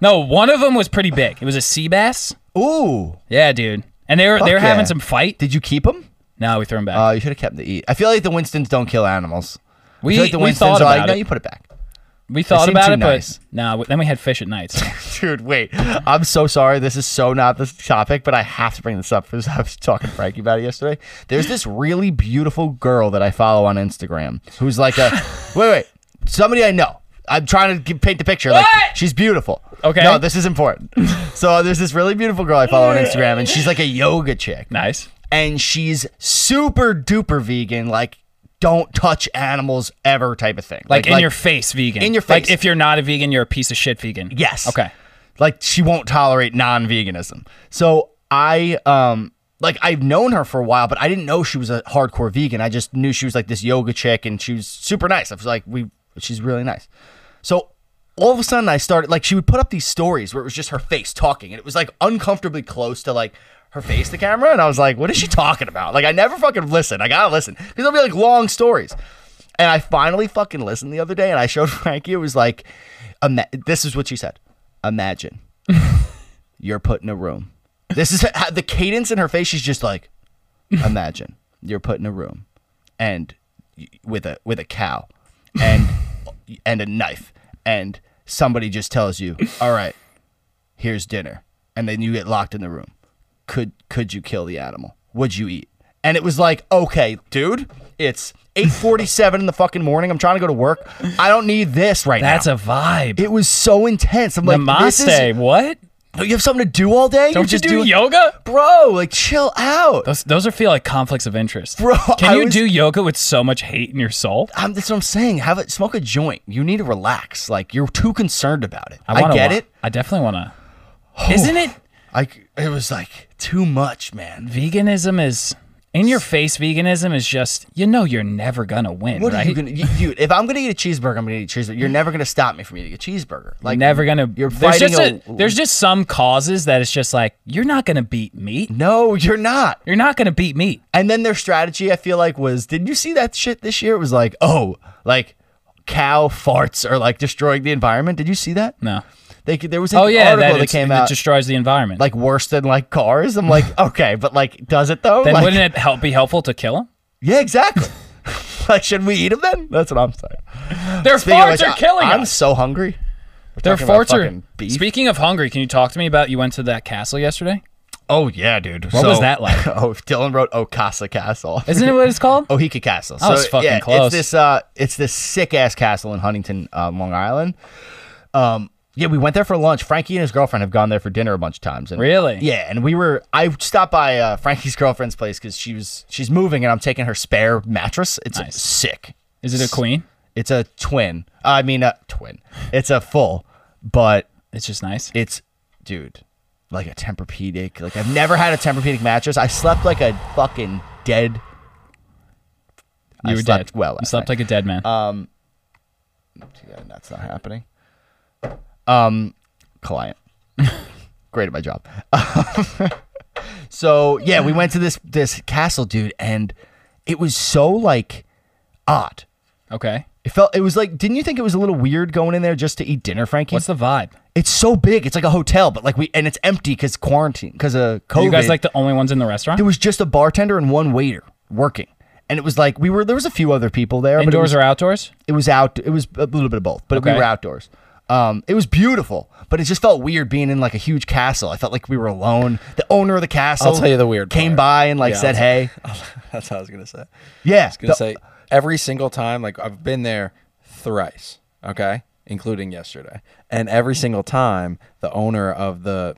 No, one of them was pretty big. It was a sea bass.
Ooh.
Yeah, dude. And they were they were
yeah.
having some fight.
Did you keep them?
No, we threw him back.
Oh, you should have kept the eat. I feel like the Winstons don't kill animals. I
we
feel like the
we
Winstons
thought
are
about
like, no,
it.
you put it back. *laughs*
we thought
seemed
about
too
it,
nice.
but no. then we had fish at night. *laughs* so-
Dude, wait. I'm so sorry. This is so not the topic, but I have to bring this up because *laughs* I was talking to Frankie about it yesterday. There's this really beautiful girl that I follow on Instagram who's like
*laughs*
a wait, wait, somebody I know. I'm trying to give, paint the picture. Like
What?
she's beautiful.
Okay.
No, this is
*laughs*
important. so uh, there's this really beautiful girl I follow on Instagram, and she's like a yoga chick.
nice.
and she's super duper vegan, like don't touch animals ever type of thing.
Like, in your face, vegan.
in your
Like
face.
if you're not a vegan, you're a piece of shit vegan.
Yes.
Okay.
Like she won't tolerate non-veganism. So I um like I've known her for a while, but I didn't know she was a hardcore vegan. I just knew she was like this yoga chick and she was super nice. I was like, we she's really nice. So all of a sudden I started like she would put up these stories where it was just her face talking and it was like uncomfortably close to like her face the camera and I was like, what is she talking about? Like I never fucking listen. I gotta listen. Because they'll be like long stories. And I finally fucking listened the other day and I showed *laughs* Frankie. It was like, ima- this is what she said. Imagine you're put in a room. This is *laughs* how, the cadence in her face. She's just
*laughs*
like, imagine you're put in a room and y- with a with a cow
*laughs*
and and a knife and somebody just tells you, all right, here's dinner. And then you get locked in the room. Could could you kill the animal? Would you eat? And it was like, okay, dude, it's 8:47 in the fucking morning. I'm trying to go to work. I don't need this right now.
That's a vibe.
It was so intense. I'm like, this is-
Namaste. what?
you have something to do all day?
Don't
You're
you
just
do
doing-
yoga?
Bro, like chill out.
Those those are feel like conflicts of interest.
Bro,
Can
I
you
was-
do yoga with so much hate in your soul?
I'm, that's what I'm saying. Have it. Smoke a joint. You need to relax. Like you're too concerned about it. I,
wanna
get
wa-
it.
I definitely want
*sighs*
to. Isn't it
Like it was like too much, man.
veganism is In your face veganism is just you know you're never gonna win,
What
right?
are you gonna, you, dude? If I'm gonna eat a cheeseburger, I'm gonna eat a cheeseburger. You're never gonna stop me from eating a cheeseburger. *laughs* Like
never gonna.
You're
there's
fighting
just a-
a-
there's just some causes that it's just like you're not gonna beat meat.
No, you're not.
You're not gonna beat meat.
And then their strategy, I feel like, was did you see that shit this year? It was like, oh, like cow farts are like destroying the environment. Did you see that?
No.
They could- there was like,
Oh
an
yeah,
article
that,
that,
it's-
came
it
out
destroys the environment.
like worse than like cars. I'm
*laughs*
like, okay, but like, does it though?
then
Like,
wouldn't it help be helpful to kill
*sighs*
them?
Yeah, exactly. *laughs* like, should we eat them then? That's what I'm saying.
Their
Speaking of
farts
which,
are
I-
killing
I'm
us.
so hungry.
Their
talking about
farts are.
fucking beef.
Speaking of hungry, can you talk to me about you went to that castle yesterday?
Oh yeah, dude.
What was that *laughs* like?
oh, if Dylan wrote Okasa Castle. *laughs*
Isn't it what it's called?
Ohika Castle.
I was fucking
yeah,
close.
It's this uh, it's this sick ass castle in Huntington, uh, Long Island. Um, yeah, we went there for lunch. Frankie and his girlfriend have gone there for dinner a bunch of times. And,
Really?
Yeah, and we were. I stopped by uh, Frankie's girlfriend's place because she was she's moving, and I'm taking her spare mattress. It's
Nice.
sick.
Is it a queen?
It's a twin. I mean, a twin. It's a full, but
It's just nice.
it's, dude, like a Tempur-Pedic. Like I've never had a Tempur-Pedic mattress. I slept like a fucking dead. I
You were
slept
dead.
well
you
last
slept
night. Uh,
like a dead man.
Yeah, that's not happening. Um,
*laughs*
client. Great at my job. *laughs* so yeah, we went to this this castle, dude, and it was so like odd.
okay.
It felt it was like didn't you think it was a little weird going in there just to eat dinner, Frankie?
What's the vibe?
It's so big. It's like a hotel, but like we and it's empty because quarantine because of COVID.
Are you guys like the only ones in the restaurant?
there was just a bartender and one waiter working, and it was like we were there was a few other people there. but it
Indoors
was,
or outdoors?
it was out. It was a little bit of both, but we
Okay.
were outdoors. Um, it was beautiful, but it just felt weird being in like a huge castle. I felt like we were alone. The owner of the castle,
tell you the weird
came
part.
by and like
Yeah,
said,
I'll-
"Hey,
That's how *laughs* I was gonna say.
yeah."
I was gonna
the-
say every single time, like I've been there thrice, okay, including yesterday, and every single time the owner of the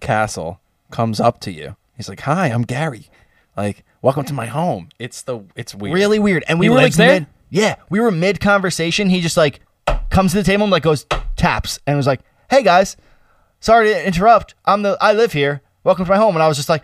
castle comes up to you, he's like, "Hi, I'm Gary. Like, welcome to my home." It's the it's weird.
really weird. And we
He
were like
lives there?
mid, yeah, we were mid conversation. He just like comes to the table and like goes taps and was like, "Hey guys, sorry to interrupt. I'm the I live here. Welcome to my home." And I was just like.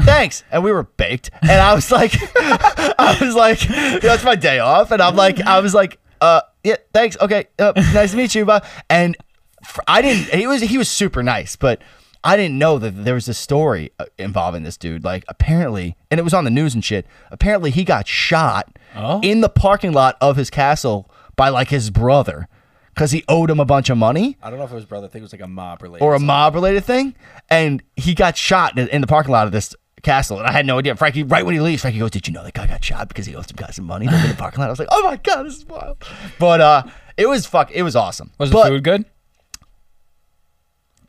Thanks, and we were baked, and I was like, *laughs* I was like, that's my day off, and I'm like, I was like, uh, yeah, thanks, okay, uh, nice to meet you, bye. And fr- I didn't. He was he was super nice, but I didn't know that there was a story uh, involving this dude. Like apparently, and it was on the news and shit. Apparently, he got shot
Oh.
in the parking lot of his castle by like his brother because he owed him a bunch of money
I don't know if it was brother. I think it was like a mob related.
or a mob related thing, and he got shot in- in the parking lot of this castle, and I had no idea. Frankie, right when he leaves, Frankie goes, "Did you know that guy got shot because he owed some guy some money in the parking lot?" I was like, "Oh my god, this is wild!" But uh, it was fuck, it was awesome.
Was
but,
the food good?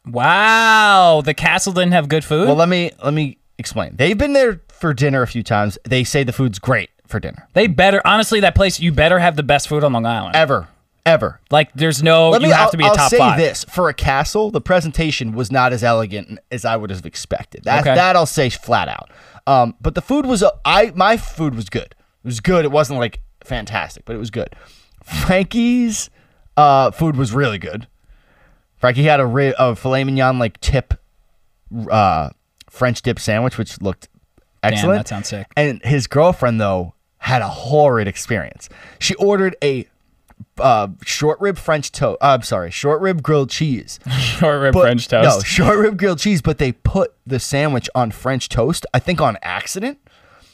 Wow, the castle didn't have good food.
Well, let me let me explain. They've been there for dinner a few times. They say the food's great for dinner.
they better honestly that place. You better have the best food on Long Island.
Ever, ever.
like there's no
Let
you
me.
have
I'll,
to be a
I'll
top
say
*laughs* five.
this for a castle, the presentation was not as elegant as I would have expected. That
Okay.
that I'll say flat out. Um, but the food was uh, I my food was good. It was good. It wasn't like fantastic, but it was good. Frankie's uh, food was really good. Frankie had a, ri- a filet mignon like tip uh, French dip sandwich, which looked excellent.
that sounds sick.
And his girlfriend though had a horrid experience. She ordered a uh, short rib French toast. I'm sorry, short rib grilled cheese.
Short rib
But-
*laughs* French
No, *laughs*
toast.
short rib grilled cheese, but they put the sandwich on French toast. I think on accident.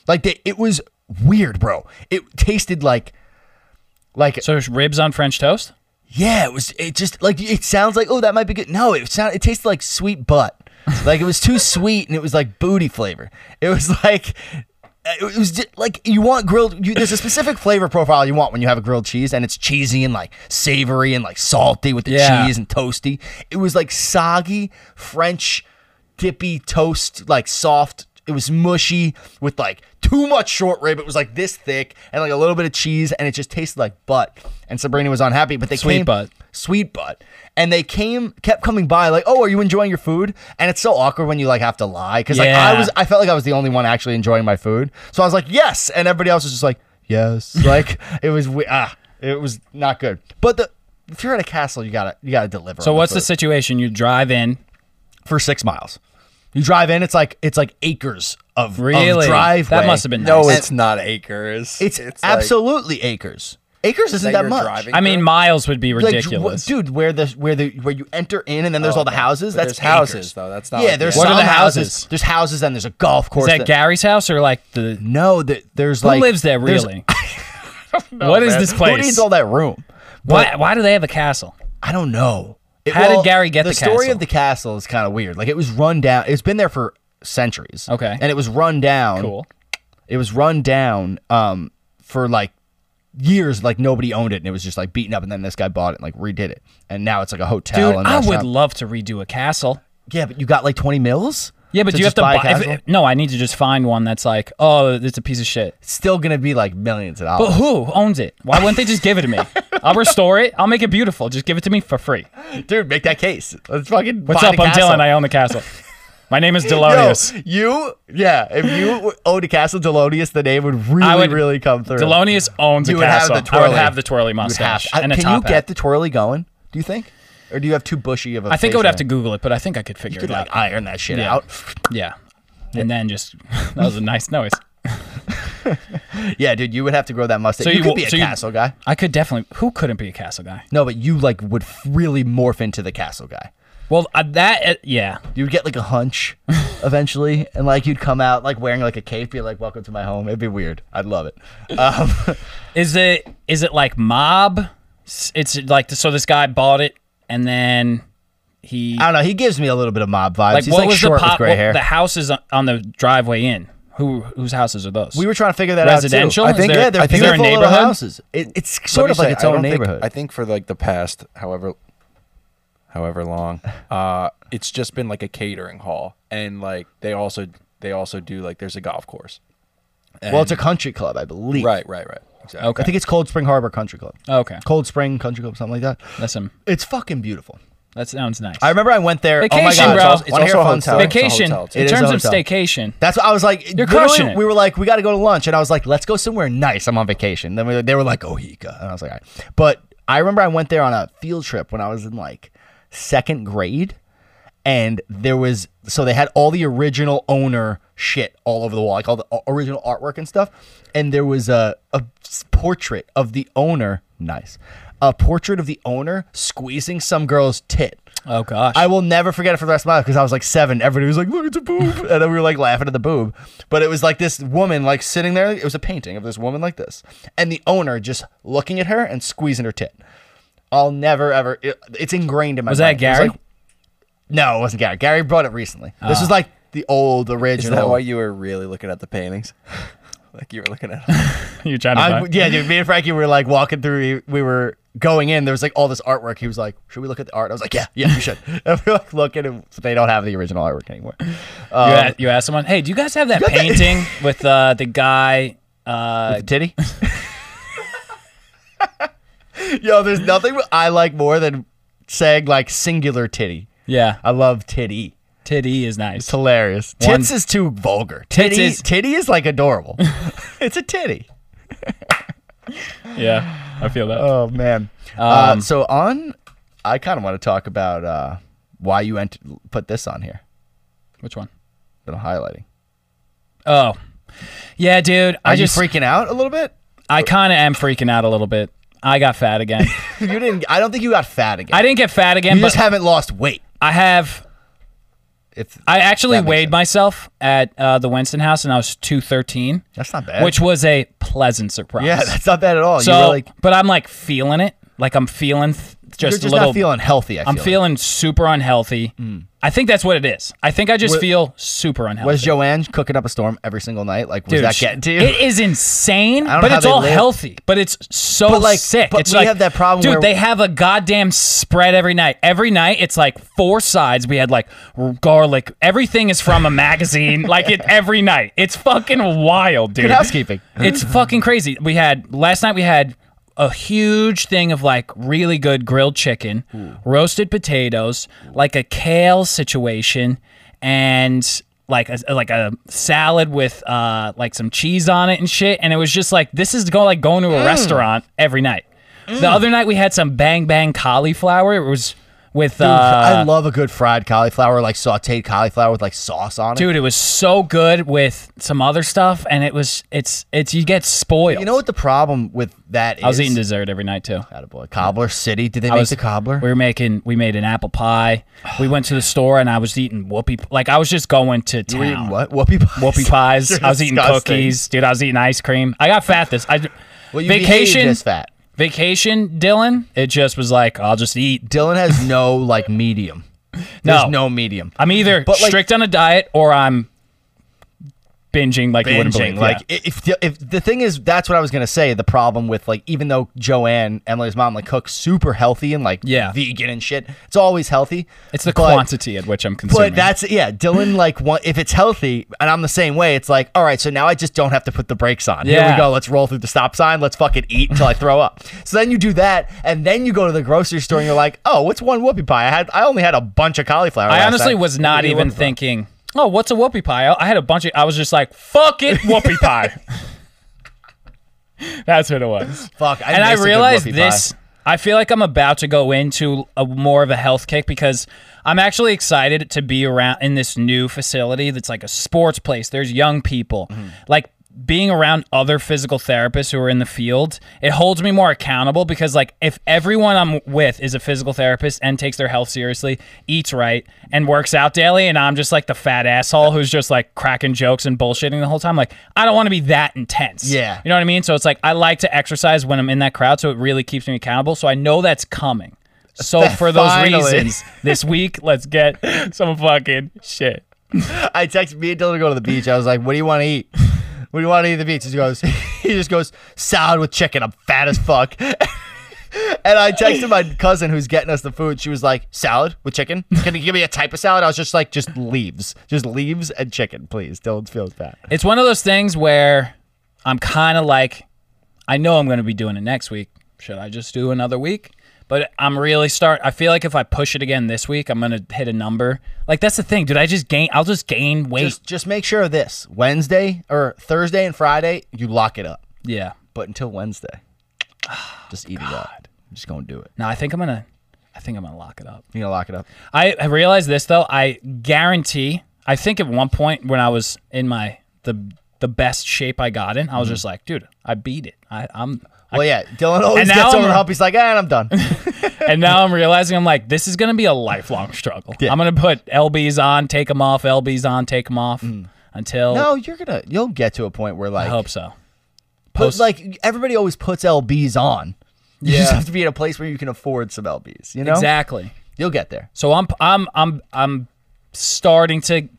Like they, it was weird, bro. It tasted like, like
So there's ribs on French toast.
yeah, it was. It just like it sounds like oh that might be good. No, it sound it tasted like sweet butt. like it was too sweet and it was like booty flavor. It was *laughs* like uh, it was just, like you want grilled. You, there's a specific flavor profile you want when you have a grilled cheese, and it's cheesy and like savory and like salty with the
Yeah.
cheese and toasty. It was like soggy French dippy toast, like soft. It was mushy with like too much short rib. It was like this thick and like a little bit of cheese, and it just tasted like butt. And Sabrina was unhappy, but they
Sweet
came-
butt.
sweet butt, and they came kept coming by like, oh, are you enjoying your food? And it's so awkward when you like have to lie because like I
Yeah.
was I felt like I was the only one actually enjoying my food, so I was like yes, and everybody else was just like
*laughs*
yes, like it was we- ah it was not good. But the if you're at a castle, you gotta you gotta deliver.
So what's the
this
situation? You drive in.
for six miles? You drive in, it's like it's like acres of of
Really?
driveway.
That must have been
No,
nice.
it's not acres.
It's,
like
absolutely acres. Acres isn't
that
that
you're
much.
driving
I mean,
through.
miles would be
Like,
ridiculous. Oh
wh- dude, where the where the where you enter in and then there's all the
okay.
houses.
But
that's
there's houses,
acres.
though. That's not
yeah.
like
there's
What are
some
the houses?
houses. There's houses and there's a golf course.
Is that Gary's house or like the
no, that there's like
who lives there
there's- *laughs*
really? what is this place?
Who needs all that room?
why, why do they have a castle?
I don't know. It-
How did Gary get the
story
castle?
of the castle is kind of weird. Like it was run down. It's been there for centuries.
Okay.
and it was run down.
Cool.
It was run down um, for like years. Like nobody owned it, and it was just like beaten up. And then this guy bought it, and like redid it, and now it's like a hotel.
Dude,
and
I would
restaurant.
love to redo a castle.
Yeah, but you got like twenty mils.
Yeah, but do you have
just
to buy?
a
if-
castle?
no, I need to just find one that's like, oh, it's a piece of shit.
It's still gonna be like millions of dollars.
But who owns it? Why wouldn't they just
*laughs*
give it to me? I'll restore it. I'll make it beautiful. Just give it to me for free.
Dude, make that case. Let's fucking.
What's
find
up?
a
I'm
castle.
Dylan. I own the castle. My name is
*laughs* Yo,
Delonius.
you, yeah. If you owned a castle, Delonius, the name would really,
I would-
really come through.
Delonius owns
you
a
would have
castle.
the twirly.
I would have the twirly
You would have-
mustache
I-
and a
Can
top
you get
hat.
the twirly going? Do you think, or do you have too bushy of a?
I think I would
facial?
have to Google it, but I think I could figure
You could
it
like
out.
iron that shit
Yeah.
out.
yeah, and then just *laughs* that was a nice noise.
Yeah, dude, you would have to grow that mustache. you, could
will-
be a
so
castle guy.
I could definitely. Who couldn't be a castle guy?
No, but you like would really morph into the castle guy.
Well, uh, that uh, yeah.
You would get like a hunch *laughs* eventually, and like you'd come out like wearing like a cape, be like, "Welcome to my home." It'd be weird. I'd love it. Um,
Is it is it like mob? S- It's like so. This guy bought it, and then he
I don't know. He gives me a little bit of mob vibes.
like
He's
what
like
was
short
the pop?
with gray
what-
hair.
The houses on- on the driveway in. Who whose houses are those?
we were trying to figure that
Residential?
out.
I
too.
think-
yeah, they're
I think- Is there a
beautiful little
neighborhood?
houses. It, it's
Let
sort
me
of like
say,
its
I
own
don't think-
neighborhood.
I think for like the past however however long, uh, it's just been like a catering hall, and like they also they also do like there's a golf course.
well,
And-
it's a country club, I believe.
right, right, right. Exactly.
I think it's Cold Spring Harbor Country Club.
Oh, okay.
Cold Spring Country Club, something like that.
Listen,
It's fucking beautiful.
that sounds nice.
I remember I went there. oh my
Vacation,
god,
bro.
Wanna
It's
hear
also
a fun
a
story?
hotel.
vacation
It's a hotel, too.
It
in
is
terms
a
of
hotel.
staycation. *laughs*
That's what I was like.
You're
literally,
crushing it.
We were like, we got to go to lunch, and I was like, let's go somewhere nice. I'm on vacation. Then we, they were like, Ohika, and I was like, all right. But I remember I went there on a field trip when I was in like second grade, and there was so they had all the original owner shit all over the wall, like all the o- original artwork and stuff, and there was a a s- portrait of the owner. Nice, a portrait of the owner squeezing some girl's tit.
oh gosh.
I will never forget it for the rest of my life because I was like seven. Everybody was like, "Look, it's a
*laughs*
boob," and then we were like laughing at the boob. But it was like this woman like sitting there. It was a painting of this woman like this, and the owner just looking at her and squeezing her tit. I'll never ever. it- it's ingrained in my.
was
mind. It
that Gary?
like- no, it wasn't Gary. Gary brought it recently. This
Ah.
was like the old
Is
original.
that why you were really looking at the paintings? *laughs* like you were looking at. Them.
You're trying to.
I,
buy-
yeah, dude. Me and Frankie were like walking through. We, we were going in. There was like all this artwork. He was like, "Should we look at the art?" I was like, "Yeah, yeah, you should." *laughs* And we were like looking, and they don't have the original artwork anymore.
you,
Um,
ask, you ask someone, hey, do you guys have that painting with uh, the guy? Uh,
The
*laughs*
titty. Yo, there's nothing I like more than saying like singular titty. *laughs*
yeah,
I love titty.
titty is nice.
It's hilarious.
One-
Tits is too vulgar.
Tits
Titty,
is-
titty is like
*laughs*
adorable. it's a titty.
Yeah, I feel that.
Oh man. uh,
Um,
so on, I kind of want to talk about uh, why you ent- put this on here
Which one?
that I'm highlighting.
Oh, yeah, dude.
Are
I just,
you freaking out a little bit?
I kind of am freaking out a little bit. I got fat again.
You didn't. I don't think you got fat again.
I didn't get fat again,
you
but
just haven't lost weight.
I have.
If
I actually
That makes
weighed
sense.
myself at uh, the Winston House, and I was two thirteen,
that's not bad.
which was a pleasant surprise.
yeah, that's not bad at all.
so.
you were like,
but I'm like feeling it. Like I'm feeling th-
you're
just
just
a little.
not feeling healthy. I feel
I'm
like.
feeling super unhealthy. I think that's what it is. I think I just feel super unhealthy.
Was Joanne cooking up a storm every single night? Like, was
Dude,
that
sh-
getting to you?
It is insane,
don't know
but
how
it's
they
all
live.
healthy. But it's so
But, like,
sick.
but
it's
we
like,
have that problem
dude.
where-
they have a goddamn spread every night. Every night, it's like four sides. We had like r- garlic. Everything is from a magazine. *laughs* like it every night. It's fucking wild,
*laughs*
dude.
Good housekeeping.
It's fucking crazy. We had last night. We had a huge thing of like really good grilled chicken, roasted potatoes, like a kale situation, and like a like a salad with uh like some cheese on it and shit. And it was just like this is go like
Mm.
going to a restaurant every night. The other night we had some bang bang cauliflower. It was with *laughs* uh,
Dude, I love a good fried cauliflower, like sauteed cauliflower with like sauce on it.
dude. It was so good with some other stuff, and it was it's it's you get spoiled.
you know what the problem with that is?
I was eating dessert every night too.
Attaboy. Cobbler City. Did they
I
make
was
the cobbler?
We were making. We made an apple pie. We went to the store and I was eating whoopie. Like I was just going to
You
town.
were eating what? Whoopie pies. *laughs*
Whoopie pies.
You're
I was eating
disgusting.
cookies, dude. I was eating ice cream. I got fat this. I
Well, you
vacation.
vacation this fat.
Vacation, Dylan. It just was like I'll just eat.
Dylan has no like medium.
*laughs* No,
There's no medium.
I'm either
But, like-
strict on a diet or I'm binging like you wouldn't
binging.
believe.
Like
yeah.
i- if, the, if the thing is, that's what I was gonna say. The problem with like even though Joanne Emily's mom like cooks super healthy and like
Yeah.
vegan and shit, it's always healthy.
it's the
but-
quantity at which I'm consuming.
But that's yeah,
*laughs*
Dylan. Like, want, if it's healthy, and I'm the same way, it's like, all right, so now I just don't have to put the brakes on. Here
Yeah.
we go. Let's roll through the stop sign. Let's fucking eat until I throw
*laughs*
up. So then you do that, and then you go to the grocery store, and you're like, oh, what's one whoopie pie? I had, I only had a bunch of cauliflower.
I
last
honestly
night.
was
What
not
do you
even
want?
thinking. Oh, what's a whoopie pie? I I had a bunch of. I was just like, fuck it, whoopie pie. That's what it was.
Fuck. I
and I
miss a good
realized
whoopie
this.
pie.
I feel like I'm about to go into a more of a health kick because I'm actually excited to be around in this new facility that's like a sports place. There's young people.
Mm-hmm.
Like being around other physical therapists who are in the field, it holds me more accountable because like if everyone I'm with is a physical therapist and takes their health seriously, eats right, and works out daily, and I'm just like the fat asshole who's just like cracking jokes and bullshitting the whole time. Like I don't want to be that intense.
Yeah.
You know what I mean? So it's like I like to exercise when I'm in that crowd, so it really keeps me accountable. So I know that's coming.
*laughs*
So for those
Finally.
reasons,
*laughs*
this week let's get some fucking shit.
I texted me and Dylan to go to the beach. I was like, what do you want to eat? What do you want to eat at the beach? He goes, *laughs* he just goes salad with chicken. I'm fat as fuck. *laughs* And I texted my cousin who's getting us the food. She was like, salad with chicken? Can you give me a type of salad? I was just like, just leaves. Just leaves and chicken, please. Dylan feels bad.
It's one of those things where I'm kind of like, I know I'm going to be doing it next week. Should I just do another week? But I'm really start. I feel like if I push it again this week, I'm gonna hit a number. Like that's the thing, dude. I just gain. I'll just gain weight.
Just, just make sure of this. Wednesday or Thursday and Friday, you lock it up.
yeah.
But until Wednesday, just eat it up. I'm just going to do it.
No, I think I'm gonna. I think I'm gonna lock it up.
You're going to lock it up.
I I realized this though. I guarantee. I think at one point when I was in my the the best shape I got in, I
Mm-hmm.
was just like, dude, I beat it. I, I'm
Well, yeah, Dylan always
And now
gets over
I'm-
the hump. He's like, and I'm done.
and now I'm realizing I'm like, this is gonna be a lifelong struggle. I'm gonna put lbs on, take them off, lbs on, take them off until
Mm. No, you're gonna you'll get to a point where like
I hope so.
put-
post-
like everybody always puts LBs on. You just
Yeah.
have to be in a place where you can afford some LBs. You know,
Exactly.
you'll get there.
So I'm I'm I'm I'm starting to.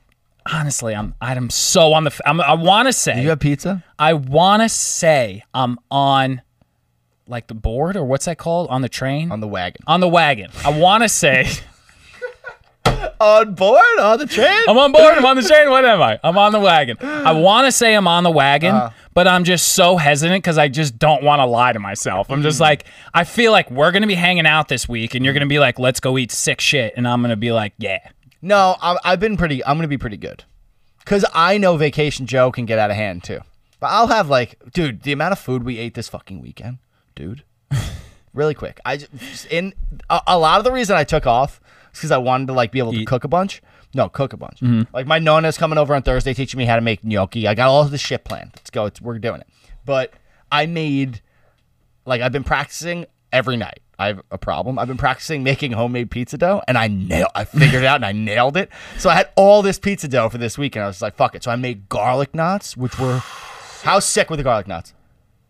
Honestly, I'm I'm so on the. f- I'm, I want to say
You have pizza.
I want to say I'm on like the board or what's that called on the train
On the wagon,
on the wagon. I want to say *laughs*
on board, on the train.
I'm on board. I'm on the train. What am I? I'm on the wagon. I want to say I'm on the wagon,
Uh-huh.
but I'm just so hesitant because I just don't want to lie to myself. I'm just like I feel like we're gonna be hanging out this week, and you're gonna be like, "Let's go eat sick shit," and I'm gonna be like, "Yeah."
No, I, I've been pretty. I'm gonna be pretty good, cause I know Vacation Joe can get out of hand too. But I'll have like, dude, the amount of food we ate this fucking weekend, dude, really quick. I just, in a, a lot of the reason I took off is because I wanted to like be able to cook a bunch. No, cook a bunch. Like my nona's coming over on Thursday, teaching me how to make gnocchi. I got all this shit planned. Let's go. It's, we're doing it. But I made like I've been practicing every night. I have a problem. I've been practicing making homemade pizza dough, and I nail. I figured it out, and I nailed it. So I had all this pizza dough for this week, and I was like, "Fuck it!" So I made garlic knots, which were how sick were the garlic knots?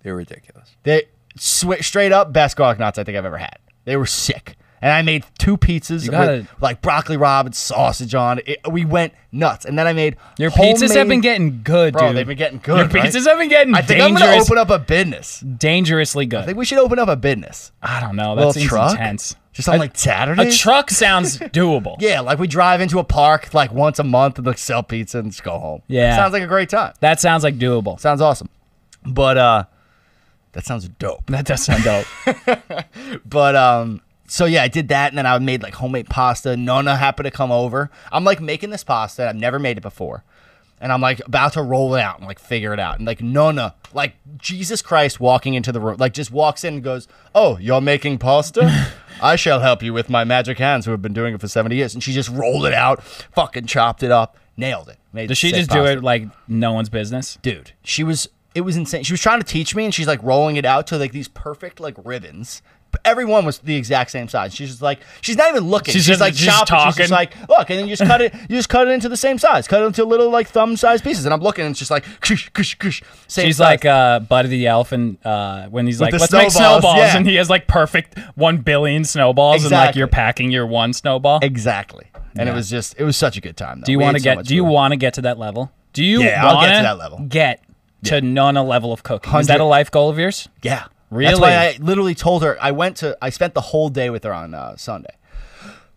They're ridiculous.
They sw- straight up best garlic knots I think I've ever had. They were sick, and I made two pizzas
gotta-
with like broccoli rabe and sausage on. It, we went nuts, and then I made
Your pizzas have been
homemade-
getting good,
Bro,
dude.
they've been getting good.
Your
right?
pizzas have been getting
I think I'm gonna
dangerous,
open up a business.
dangerously good. I,
I think we should open up a business.
don't know.
little
That seems
truck?
intense.
Just on
A-
like Saturday.
A
*laughs*
truck sounds doable.
Mm. Yeah, like we drive into a park like once a month and like sell pizza and just go home.
Yeah.
sounds like a great time.
That sounds like doable.
Sounds awesome. But uh, that sounds dope.
That does sound dope.
But um, so yeah, I did that, and then I made like homemade pasta. Nona happened to come over. I'm like making this pasta. I've never made it before, and I'm like about to roll it out and like figure it out. And like Nona,
*laughs*
like Jesus Christ, walking into the room, like just walks in and goes, "Oh, you're making pasta." I shall help you with my magic hands, who have been doing it for 70 years. And she just rolled it out, fucking chopped it up, nailed it. Made
Does she
sick
just do
pasta.
it like no one's business?
Dude, she was, it was insane. She was trying to teach me, and she's like rolling it out to like these perfect like ribbons. Everyone was the exact same size. She's just like, she's not even looking.
She's
She's,
just-
like
she's
chopping. She's
talking.
just like, look, and then you just cut
*laughs*
it. You just cut it into the same size. Cut it into little like thumb sized pieces. And I'm looking, and it's just like, kush, kush, kush. Same
She's
size.
like uh, Buddy the Elf, and uh, when he's like,
the
"Let's make
snowballs,
snowballs,"
yeah.
and he has like perfect one billion snowballs, and like
Exactly.
you're packing your one snowball.
Exactly. And it was just it was such a good time. Though.
do you
We
want to
ate so
get?
much
do you
food.
want to get to that level? Do you
Yeah, I'll
want
get to that level.
Get to none a level of cooking. Is that
Hundred-
a life goal of yours?
Yeah.
Really?
That's why I literally told her I went to I spent the whole day with her on uh, Sunday.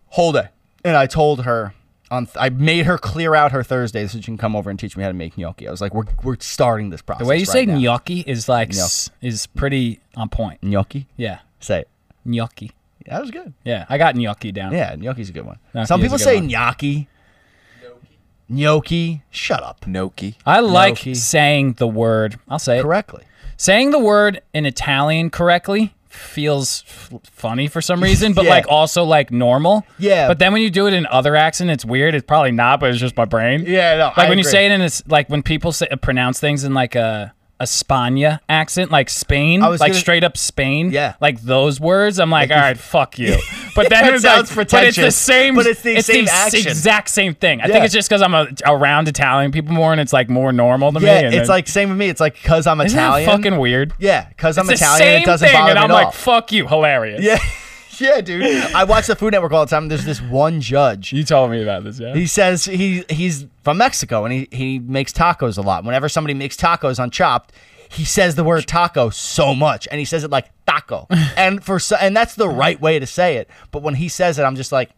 Whole day. And I told her on th- I made her clear out her Thursday so she can come over and teach me how to make gnocchi. I was like, we're, we're starting this process.
The way you
right
say
now.
gnocchi is like s- is pretty on point.
gnocchi?
Yeah,
Say it.
gnocchi.
That was good.
Yeah, I got gnocchi down.
Yeah, gnocchi's a good one.
Gnocchi
Some
is a
people
good
say
one.
gnocchi. Gnocchi. Shut up.
Noki.
I like
Gnocchi.
saying the word. I'll say it.
Correctly.
saying the word in Italian correctly feels f- funny for some reason,
*laughs*
but
Yeah.
like also like normal.
Yeah.
But then when you do it in other accent, it's weird. It's probably not, but it's just my brain.
Yeah, no,
Like
I
when you
agree.
say it in it's like when people say pronounce things in like a a Spania accent, like Spain,
I was
like
gonna-
straight up Spain.
Yeah.
Like those words, I'm like, all right,
*laughs*
fuck you. *laughs* But then
That
it's like,
sounds
but it's the
pretentious,
same,
but it's the same
s-
action.
exact same thing. I
Yeah.
think it's just because I'm a, around Italian people more, and it's like more normal to me.
Yeah,
and
it's
then-
like same with me. It's like because I'm
isn't
Italian.
that fucking weird?
Yeah, because I'm
It's the
Italian.
same
It doesn't
thing,
bother
and
me
I'm
at
like,
all.
fuck you, hilarious.
*laughs* Yeah, yeah, dude. I watch the Food Network all the time. There's this one judge.
You told me about this, yeah.
He says he he's from Mexico and he he makes tacos a lot. Whenever somebody makes tacos on Chopped, he says the word taco so much, and he says it like
*laughs*
taco. and for so, and that's the right way to say it. But when he says it, I'm just like,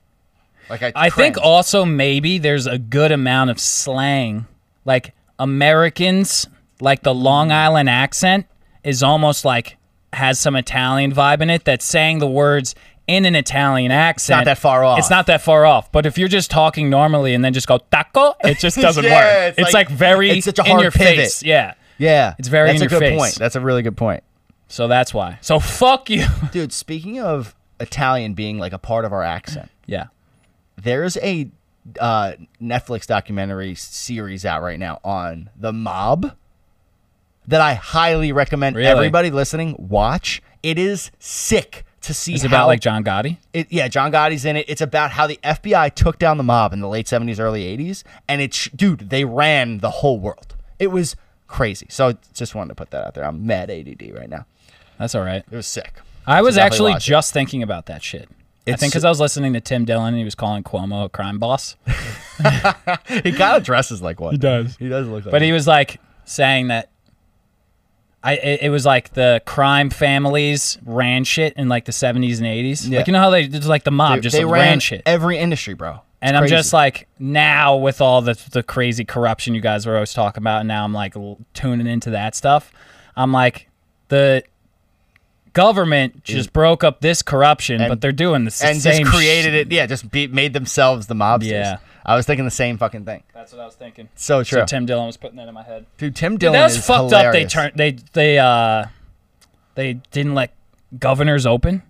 like I.
I
cringe.
think also maybe there's a good amount of slang. Like Americans, like the
Mm.
Long Island accent is almost like has some Italian vibe in it that's saying the words in an Italian accent.
that far off.
It's not that far off. But if you're just talking normally and then just go taco,
*laughs*
it just doesn't
Yeah,
work. It's,
it's
like,
like-
very
it's such a
in
hard
your
pivot.
face. Yeah.
yeah,
it's very
That's
in
a
your
good
face.
point. That's a really good point,
So that's why. So fuck you. *laughs*
dude. Speaking of Italian being like a part of our accent.
yeah.
there's a uh, Netflix documentary series out right now on the mob that I highly recommend
Really?
everybody listening watch. It is sick to see
It's
how
about like John Gotti.
it, yeah, John Gotti's in it. It's about how the FBI took down the mob in the late 70s, early 80s. And it's, dude, they ran the whole world. It was crazy. So just wanted to put that out there. I'm mad ADD right now.
That's all right.
It was sick.
I was
definitely
actually
watch it.
just thinking about that shit. I
It's-
think because I was listening to Tim Dillon and he was calling Cuomo a crime boss,
He kind of dresses like one. He
does.
He does look like
but he was like saying that. I it, it was like the crime families ran shit in like the seventies and eighties.
Yeah.
Like you know how they it's like the mob just
they
ran,
ran,
shit.
every industry, bro. It's
and I'm
crazy.
just like now with all the the crazy corruption you guys were always talking about, and now I'm like l- tuning into that stuff. I'm like the government just broke up this corruption,
And-
but they're doing the s-
and
same
just created it. Yeah, just be, made themselves the mobsters.
Yeah.
I was thinking the same fucking thing.
That's what I was thinking.
So true.
So Tim Dillon was putting that in my head.
Dude, Tim Dillon
that was
is
fucked up. They
hilarious.
turned they they uh they didn't let governors open.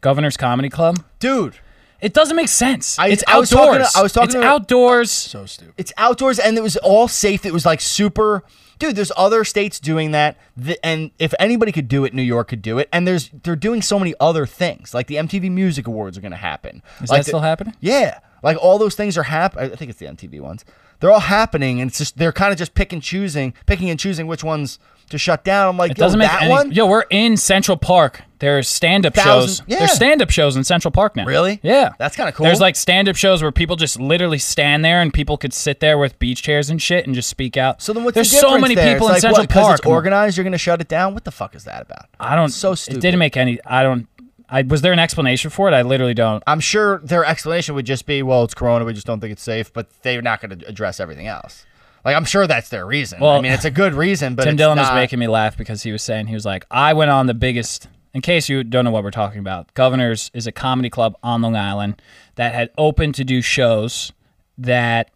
Governors Comedy Club.
Dude,
It doesn't make sense.
I-
it's
I was talking to-
outdoors.
I was talking
It's
to-
outdoors.
So stupid.
it's outdoors and it was all safe. It was like super. Dude, there's other states doing that, Th- and if anybody could do it, New York could do it. And there's they're doing so many other things, like the MTV Music Awards are gonna happen.
Is
like
that still
the-
happening?
Yeah, like all those things are happening. I think it's the MTV ones. They're all happening, and it's just they're kind of just pick and choosing, picking and choosing which ones to shut down. I'm like,
It
yo,
doesn't make
that
any.
one.
Yo, we're in Central Park. There's stand up shows.
Thousand- yeah.
There's stand up shows in Central Park now.
Really?
Yeah.
That's kinda cool.
There's like stand up shows where people just literally stand there and people could sit there with beach chairs and shit and just speak out.
So then, what's
there's
the
so
difference
many
there?
people in
It's like,
Central
what, 'cause
Park.
It's organized. You're gonna shut it down. What the fuck is that about?
I don't.
So
It
stupid.
didn't make any. I don't. I was there an explanation for it? I literally don't.
I'm sure their explanation would just be, well, it's Corona. We just don't think it's safe. But they're not gonna address everything else. Like I'm sure that's their reason.
Well,
I mean, it's a good reason, but
Tim
it's
Dillon was
not-
making me laugh because he was saying he was like, I went on the biggest. In case you don't know what we're talking about, Governors is a comedy club on Long Island that had opened to do shows that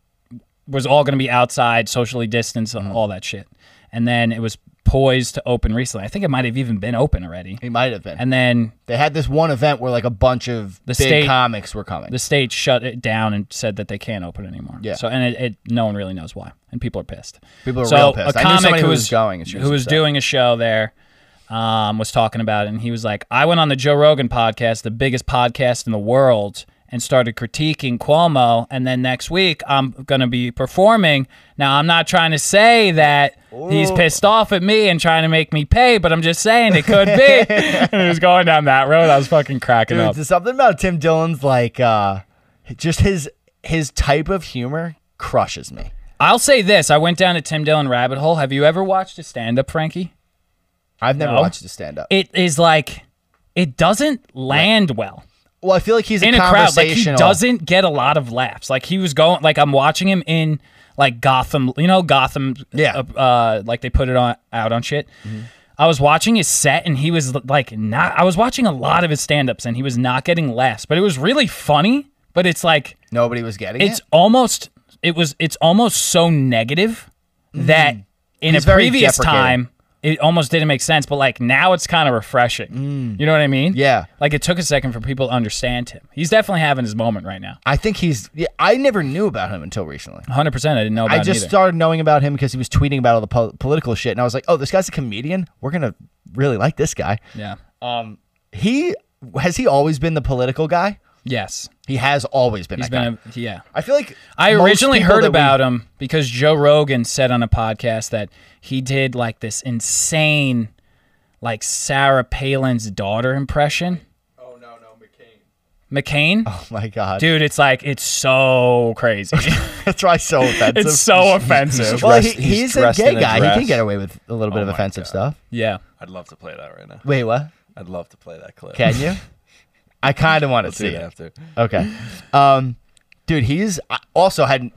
was all going to be outside, socially distanced, and all that shit. And then it was poised to open recently. I think it might have even been open already.
He might have been.
And then
they had this one event where like a bunch of
The
big
state-
comics were coming.
the state shut it down and said that they can't open anymore.
Yeah.
So and it, it no one really knows why, and people are pissed.
People are
so
real pissed.
A
I knew
comic
somebody
who
who
was,
was going, and she was
who was
upset.
doing a show there, um, was talking about it, and he was like, "I went on the Joe Rogan podcast, the biggest podcast in the world." And started critiquing Cuomo, and then next week I'm gonna be performing. Now I'm not trying to say that he's
Oh.
pissed off at me and trying to make me pay, but I'm just saying it could
*laughs*
be. *laughs* and he was going down that road. I was fucking cracking
Dude,
up.
there's something about Tim Dillon's like uh just his his type of humor crushes me.
I'll say this. I went down to Tim Dillon rabbit hole. Have you ever watched a stand up, Frankie?
I've never
No.
watched a stand up.
It is like, it doesn't land well
Well, I feel like he's
in a crowd. Like, he
conversational.
doesn't get a lot of laughs. Like, he was going, like, I'm watching him in, like, Gotham, you know, Gotham,
Yeah. Mm-hmm.
uh, uh, like, they put it on out on shit. I was watching his set and he was like not I was watching a lot of his stand-ups and he was not getting laughs, but it was really funny, but it's like
Nobody was getting
it's
it.
almost it was it's almost so negative that in
He's Mm.
a
very
previous
deprecating.
time it almost didn't make sense but like now it's kind of refreshing you know what i mean
Mm. Yeah.
like it took a second for people to understand him he's definitely having his moment right now
I think he's. Yeah, I never knew about him until recently.
100% i didn't know about
I just
him either.
started knowing about him because he was tweeting about all the po- political shit, and I was like, "Oh, this guy's a comedian. We're gonna really like this guy."
yeah
He has he always been the political guy.
yes
He has always been.
he's
that guy.
been a, yeah
I feel like
I
most
originally
people
heard
that we-
about him because Joe Rogan said on a podcast that he did like this insane, like Sarah Palin's daughter impression. Oh no, no, McCain. McCain,
Oh *laughs* my god,
dude, it's like it's so crazy. *laughs*
that's why it's so offensive.
it's *laughs* so offensive.
Well, he,
Dressed- he's
he's, a
dressed
gay
in a
guy. He can
dress.
get away with a little bit of
my
offensive
God.
stuff.
Yeah,
I'd love to play that right now.
Wait, what?
I'd love to play that clip. *laughs*
Can you? I kind of want to
Let's do
see
it
it.
after.
Okay. Um, dude, he's I also had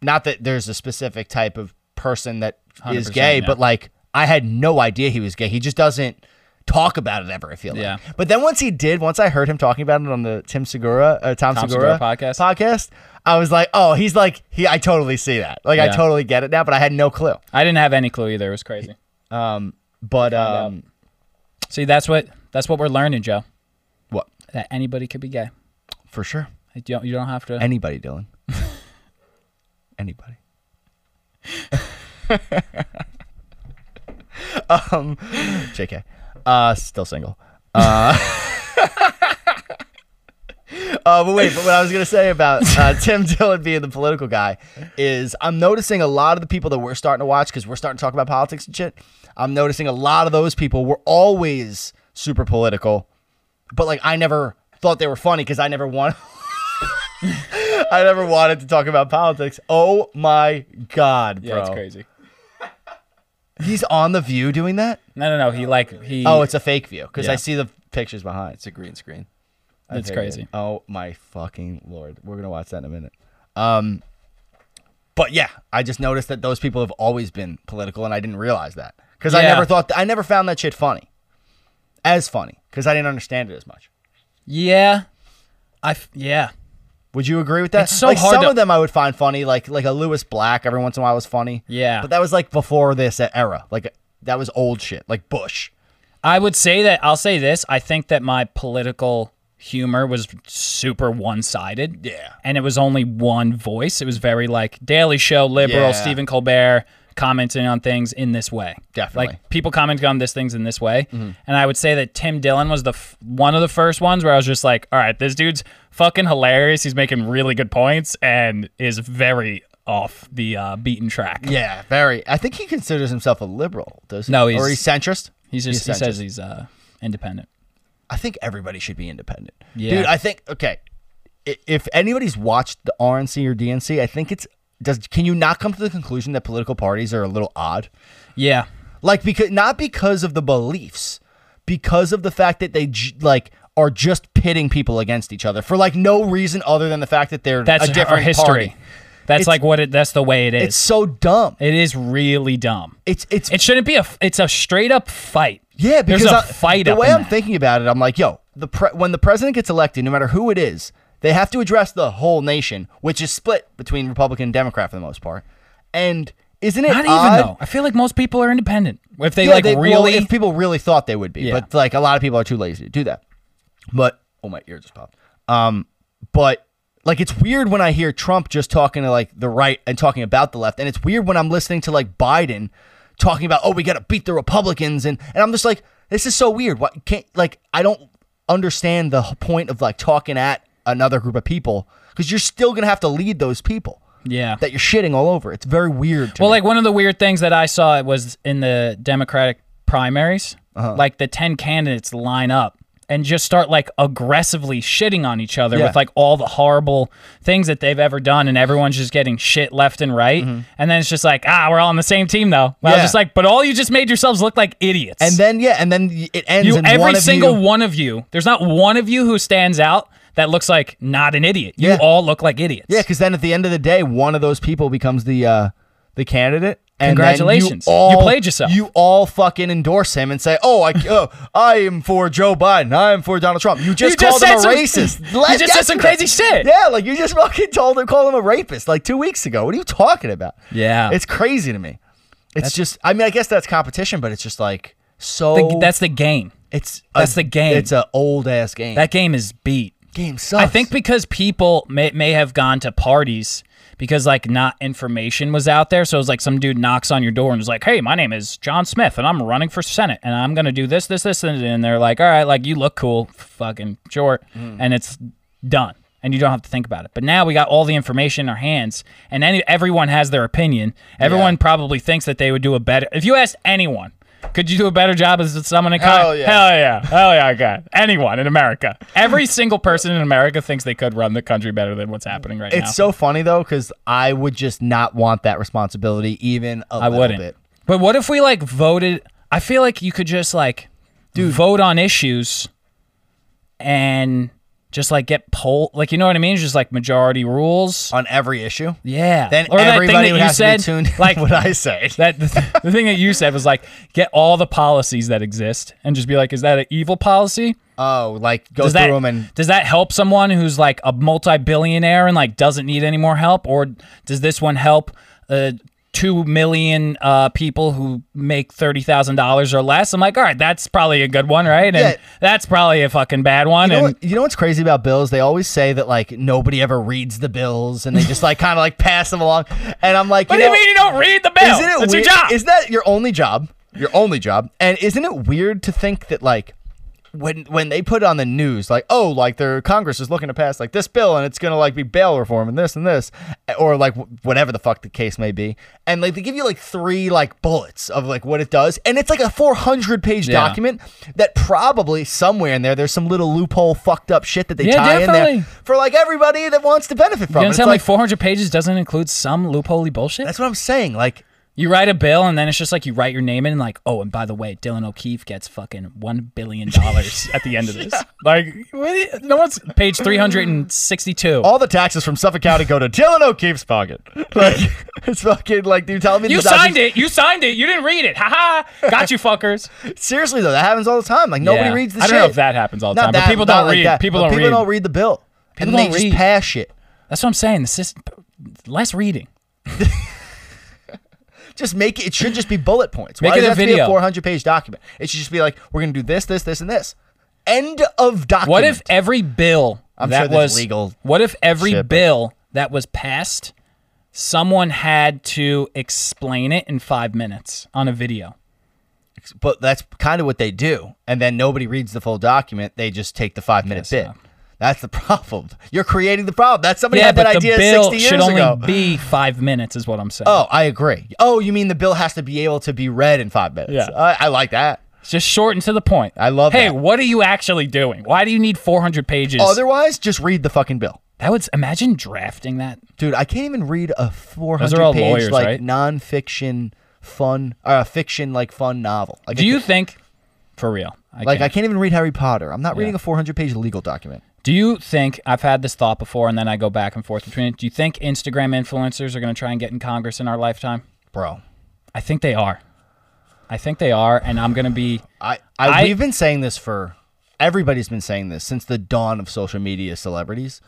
not that there's a specific type of person that is
100%,
gay,
yeah.
but like I had no idea he was gay. He just doesn't talk about it ever. I feel like.
Yeah.
But then once he did, once I heard him talking about it on the Tim Segura, uh, Tom,
Tom
Segura,
Segura podcast?
podcast, I was like, oh, he's like he. I totally see that. Like I
Yeah.
totally get it now, but I had no clue.
I didn't have any clue either. It was crazy.
But um,
See, that's what that's what we're learning, Joe.
what
That anybody could be gay.
for sure.
You don't, you don't have to.
Anybody, Dylan. Anybody. *laughs* um, JK. Uh, still single. Uh, uh, but wait, but what I was going to say about
*laughs*
uh, Tim Dillon being the political guy is I'm noticing a lot of the people that we're starting to watch because we're starting to talk about politics and shit. I'm noticing a lot of those people were always super political, but like I never thought they were funny because I never wanted. *laughs* I never wanted to talk about politics. Oh my god, bro!
yeah, it's crazy.
He's on the View doing that.
No, no, no. He like he.
Oh, it's a fake view because I
Yeah.
see the pictures behind.
It's a green screen.
I
It's
figured.
crazy.
Oh my fucking lord! We're gonna watch that in a minute. Um, but yeah, I just noticed that those people have always been political, and I didn't realize that because I
Yeah.
never thought I never found that shit funny, as funny because I didn't understand it as much.
yeah. I f- yeah.
Would you agree with that?
It's so
like
hard
some
to-
of them I would find funny, like like a Lewis Black every once in a while was funny.
Yeah.
But that was like before this e-, era. Like that was old shit. Like Bush.
I would say that I'll say this. I think that my political humor was super one-sided.
Yeah.
And it was only one voice. It was very like Daily Show, liberal,
Yeah.
Stephen Colbert commenting on things in this way.
Definitely. Mm-hmm.
Like people commenting on this things in this way. And I would say that Tim Dillon was the f- one of the first ones where I was just like, all right, this dude's fucking hilarious. He's making really good points and is very off the uh, beaten track.
Yeah, very. I think he considers himself a liberal, does he?
No,
or
he's-
he's centrist.
He's just
He's
he says he's uh, independent.
I think everybody should be independent.
Yeah.
Dude, I think okay. i- If anybody's watched the RNC or DNC, I think it's does can you not come to the conclusion that political parties are a little odd?
Yeah.
like because not because of the beliefs because of the fact that they j- like are just pitting people against each other for like no reason other than the fact that they're
That's
a different
our history.
party.
That's
It's-
like what it. That's the way it is.
It's so dumb.
it is really dumb.
It's it's
It shouldn't be a. f- It's a straight up fight.
yeah because
there's a
I-
fight.
the
up
way
in
I'm
that.
thinking about it, I'm like, yo, the pre- when the president gets elected, no matter who it is, they have to address the whole nation, which is split between Republican and Democrat for the most part, and Isn't it
Not
odd?
even though. I feel like most people are independent. If they
Yeah,
like
they- well,
really,
if people really thought they would be,
Yeah.
but like a lot of people are too lazy to do that. But oh my ear just popped. Um, but like it's weird when I hear Trump just talking to like the right and talking about the left, and it's weird when I'm listening to like Biden talking about oh we got to beat the Republicans, and and I'm just like this is so weird. What can't like I don't understand the point of like talking at another group of people because you're still gonna have to lead those people
yeah.
that you're shitting all over. It's very weird. To
Well,
me.
like one of the weird things that I saw was in the Democratic primaries,
Uh-huh.
like the 10 candidates line up and just start like aggressively shitting on each other
Yeah.
with like all the horrible things that they've ever done and everyone's just getting shit left and right. And then it's just like, ah, we're all on the same team though. Well, I was
Mm-hmm. Yeah.
just like, but all you just made yourselves look like idiots.
and then yeah, and then y- it ends.
you
and
every
one of
single
you-
one of you, there's not one of you who stands out that looks like not an idiot. You
Yeah.
all look like idiots.
Yeah, because then at the end of the day, one of those people becomes the uh, the candidate. And then
Congratulations. You played yourself.
You all fucking endorse him and say, "Oh, I, oh, I am for Joe Biden. I am for Donald Trump." You
You
just called
said
him a
some-
racist.
*laughs* You just said some
yesterday.
crazy shit.
Yeah, like you just *laughs* fucking told him, called him a rapist like two weeks ago. What are you talking about?
Yeah.
it's crazy to me. It's just, I mean, I guess that's competition, but it's just like so.
The- that's the game.
it's
that's the game.
It's an old ass game.
That game is beat.
game sucks.
I think because people may, may have gone to parties because like not information was out there. So it was like some dude knocks on your door and is like, "Hey, my name is John Smith and I'm running for Senate and I'm gonna do this, this, this, and and they're like, "All right, like you look cool, fucking short,"
Hmm.
and it's done. And you don't have to think about it. But now we got all the information in our hands, and any, everyone has their opinion. Everyone probably thinks that they would do a better. If you asked anyone, could you do a better job as someone in
Hell
Con-
yeah.
Hell Oh, yeah. Hell yeah, God. Anyone in America. Every single person in America thinks they could run the country better than what's happening right now.
It's so funny though, because I would just not want that responsibility even a
I
little
wouldn't.
bit.
But what if we like voted? I feel like you could just like vote on issues and just like get poll like you know what I mean? Just like majority rules.
on every issue.
yeah.
Uh, Then
or that thing
everybody
that
would
you
have
said,
to be tuned in *laughs*
like
what I say.
That the, the thing that you said was like get all the policies that exist and just be like, is that an evil policy?
Oh, like go
does
through
that
them and
does that help someone who's like a multi-billionaire and like doesn't need any more help or does this one help uh, 2 million uh, people who make $30,000 or less i'm like all right that's probably a good one right and
Yeah.
that's probably a fucking bad one
you know,
and
what, you know what's crazy about bills? They always say that like nobody ever reads the bills and they just like kind of like pass them along. And I'm like,
what do
you
you
know,
mean you don't read the bill?
Isn't it
That's
weird?
your job.
Is that your only job? Your only job? And isn't it weird to think that like when when they put it on the news like oh like their Congress is looking to pass like this bill and it's gonna like be bail reform and this and this eh, or like wh- whatever the fuck the case may be and like they give you like three like bullets of like what it does and it's like a 400 page
Yeah.
document that probably somewhere in there there's some little loophole fucked up shit that they
Yeah,
tie in
definitely.
there for like everybody that wants to benefit
you
from
gonna
it.
tell
It's like,
me 400 pages doesn't include some loophole bullshit?
that's what I'm saying like
you write a bill and then it's just like you write your name in, and like, oh, and by the way, Dylan O'Keefe gets fucking one billion dollars at the end of this. Like, what do you- no one's page 362.
all the taxes from Suffolk County go to Dylan O'Keefe's pocket. *laughs* Like
*laughs*
it's fucking like dude, tell me
You
this
signed it. You signed it. You didn't read it. Ha ha. Got you, fuckers.
Seriously though, that happens all the time. Like *laughs* nobody
Yeah.
reads the
I
shit.
don't know if that happens all the
Not
time, but
that-
people
not
don't
like
read.
that,
People
but
don't
People
read.
don't read the bill.
People
and
don't
they
read.
just pass shit.
That's what I'm saying. The system, less reading.
Just make it. It should just be bullet points.
Make
Why
it
does
a
have to be a
video.
400 page document? It should just be like we're gonna do this, this, this, and this. End of document.
What if every bill
I'm sure
that
there's
was
legal
What if every
shit, but-
bill that was passed, someone had to explain it in five minutes on a video?
But that's kind of what they do, and then nobody reads the full document. They just take the five minute
Guess
bit.
so.
That's the *laughs* problem. You're creating the problem. That's somebody
yeah,
had that
but
idea
the bill
60 years
should only
ago.
be five minutes, is what I'm saying.
Oh, I agree. Oh, you mean the bill has to be able to be read in five minutes?
Yeah.
I, I like that.
It's just short and to the point.
I love
Hey,
that.
what are you actually doing? Why do you need 400 pages?
Otherwise, just read the fucking bill,
that would imagine drafting that.
dude. I can't even read a four hundred
all
page
lawyers,
like
right?
nonfiction fun or a fiction like fun novel. Like,
Do
I
you
can't-
think, for real? I
like
can't.
I can't even read Harry Potter. I'm not reading a four hundred page legal document.
Do you think I've had this thought before, and then I go back and forth between it? Do you think Instagram influencers are going to try and get in Congress in our lifetime?
Bro,
I think they are. I think they are, and I'm going to be.
I, I,
I-
we've been saying this for everybody's been saying this since the dawn of social media celebrities,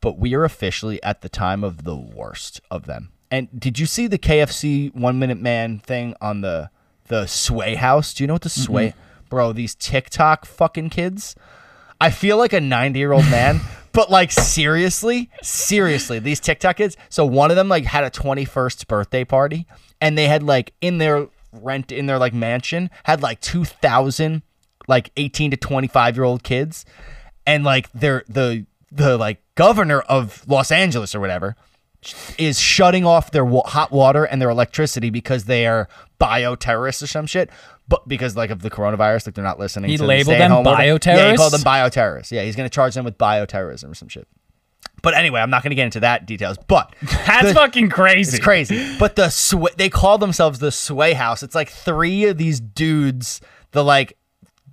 but we are officially at the time of the worst of them. And did you see the KFC one minute man thing on the the Sway House? Do you know what the Sway, bro? These TikTok fucking kids. I feel like a 90 year old man, *laughs* but like seriously, seriously, these TikTok kids. So one of them like had a 21st birthday party and they had like in their rent in their like mansion had like 2000 like 18 to 25 year old kids and like they're the the like governor of Los Angeles or whatever is shutting off their wa- hot water and their electricity because they are bioterrorists or some shit. But because like of the coronavirus, like they're not listening.
He
to the
labeled them
stay-at-home order. Yeah, he
bioterrorists?
called them bioterrorists. Yeah, he's gonna charge them with bioterrorism or some shit. But anyway, I'm not gonna get into that details. But
*laughs* That's
the-
fucking crazy.
it's crazy.
*laughs*
But the sway, they call themselves the Sway House. It's like three of these dudes, the like,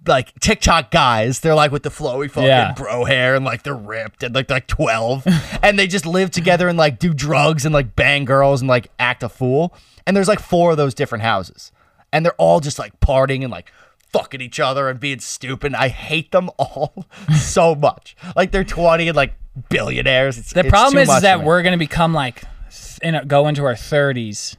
like TikTok guys. They're like with the flowy fucking
Yeah.
bro hair and like they're ripped and like they're like twelve,
*laughs*
and they just live together and like do drugs and like bang girls and like act a fool. And there's like four of those different houses, and they're all just like partying and like. Fucking each other and being stupid. I hate them *laughs* all so much. Like they're twenty and like billionaires. It's,
The
it's too
problem is,
much
is that
for me.
we're gonna become like, th- in a, go into our thirties.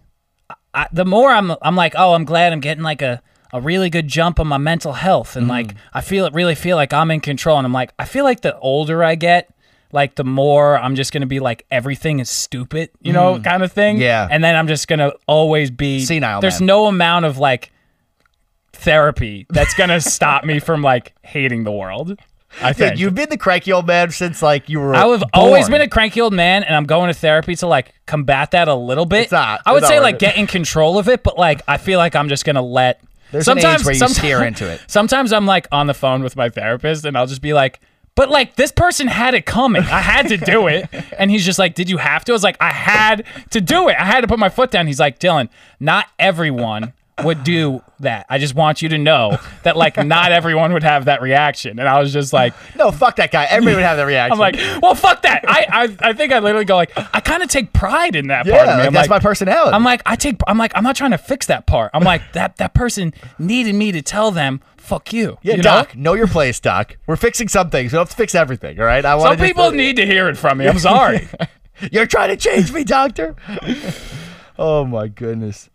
I, the more I'm, I'm like, oh, I'm glad I'm getting like a, a really good jump on my mental health, and like
Mm-hmm.
I feel it really feel like I'm in control, and I'm like, I feel like the older I get, like the more I'm just gonna be like everything is stupid, you know, kind of thing.
Mm. Yeah.
and then I'm just gonna always be
Senile,
There's
man.
no amount of like therapy that's gonna stop me from like hating the world. I
Dude,
think
you've been the cranky old man since like you were.
I have always been a cranky old man, and I'm going to therapy to like combat that a little bit.
It's not-
I would
it's
say
not
like
worth it.
get in control of it, but like I feel like I'm just gonna let.
There's an age
sometimes
where you
someti- *laughs*
steer into it.
Sometimes I'm like on the phone with my therapist, and I'll just be like. But like this person had it coming. I had to
*laughs*
do it. And he's just like, Did you have to? I was like, I had to do it. I had to put my foot down. He's like, Dylan, not everyone would do that. I just want you to know that like not everyone would have that reaction. And I was just like,
No, fuck that guy. Everybody would have that reaction.
*laughs* I'm like, well, fuck that. I, I, I think I literally go like, I kind of take pride in that
yeah,
part of me.
like,
I'm
that's
like,
my personality.
I'm like, I take. I'm like, I'm not trying to fix that part. I'm like, that that person needed me to tell them, fuck you.
yeah,
you know?
Doc, know? your place, Doc. We're fixing some things. We don't have to fix everything. All right. I
Some
want
people need to hear it from me.
*laughs*
I'm sorry.
You're trying to change me,
*laughs*
doctor. oh my goodness.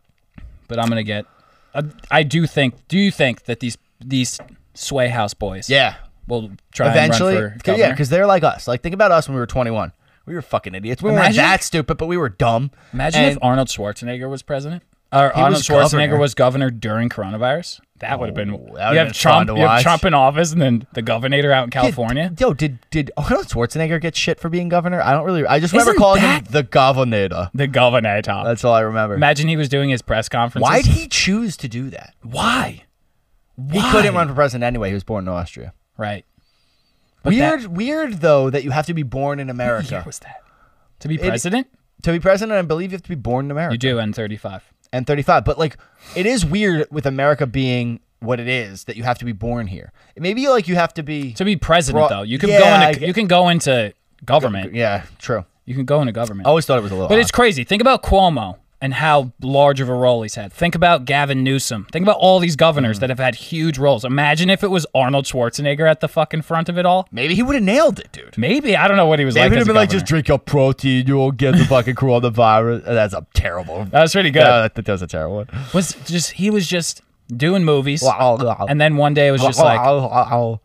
but I'm gonna get. I, I do think. Do you think that these these sway house boys?
Yeah.
Will try
Eventually.
And run for
'cause- yeah,
governor?
because they're like us. Like think about us when we were 21. We were fucking idiots. We weren't
Imagine-
that stupid, but we were dumb.
imagine if
And-
Arnold Schwarzenegger was president. Or Arnold
was
Schwarzenegger
governor. Oh,
was governor during coronavirus. That would have been.
would've
You
been
have
fun
Trump.
to
You have
watch.
Trump in office, and then the governor out in
Did-
California.
Yo, did did Arnold Schwarzenegger get shit for being governor? I don't really. I just remember
Isn't
calling him
that-
the governor.
The governor top.
That's all I remember.
Imagine he was doing his press conferences.
Why'd he choose to do that?
Why? Why?
He couldn't run for president anyway. He was born in Austria.
Right.
weird, weird though that you have to be born in
What year
America
was that? To be president,
to be president. I believe you have to be born in
you
America
do N35.
and 35. But like, it is weird with America being what it is that you have to be born here. Maybe like you have to be.
To be president,
Bro-
though, you can
Yeah, I
go into
get-
you can go into government.
yeah, Oh, true.
You can go into government.
I always thought it was a little.
But it's crazy. Think about Cuomo and how large of a role he's had. Think about Gavin Newsom. Think about all these governors
Mm.
that have had huge roles. Imagine if it was Arnold Schwarzenegger at the fucking front of it all.
maybe he would have nailed it, dude.
Maybe I don't know what he was
Maybe
like.
he'd
as
have
a
been like,
governor.
just drink your protein, you won't get the fucking coronavirus. And That's a terrible.
that was pretty good.
*laughs* Yeah, that, that was a terrible one.
was just he was just doing movies,
And
and then one day it was just like
*laughs* uh,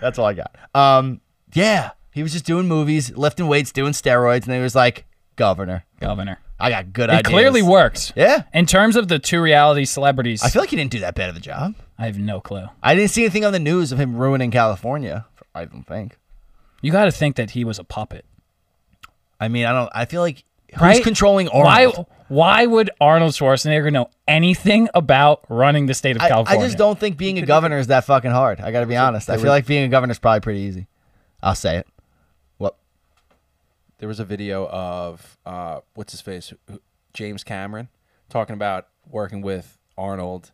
That's all I got. Um, yeah, he was just doing movies, lifting weights, doing steroids, and then he was like, "Governor,
governor.
I got good
It
ideas."
clearly worked.
Yeah,
In terms of the two reality celebrities, I,
I feel like he didn't do that bad of a job.
have no clue.
I didn't see anything on the news of him ruining California. I don't think.
You got to think that he was a puppet.
I mean, I don't. I feel like who's
Right?
controlling
Why?
Arnold?
Why would Arnold Schwarzenegger know anything about running the state of
I, I
California?
just don't think being a governor is that fucking hard. I got to be honest. I feel like being a governor is probably pretty easy. I'll say it. What?
there was a video of uh, what's his face, who- James Cameron, talking about working with Arnold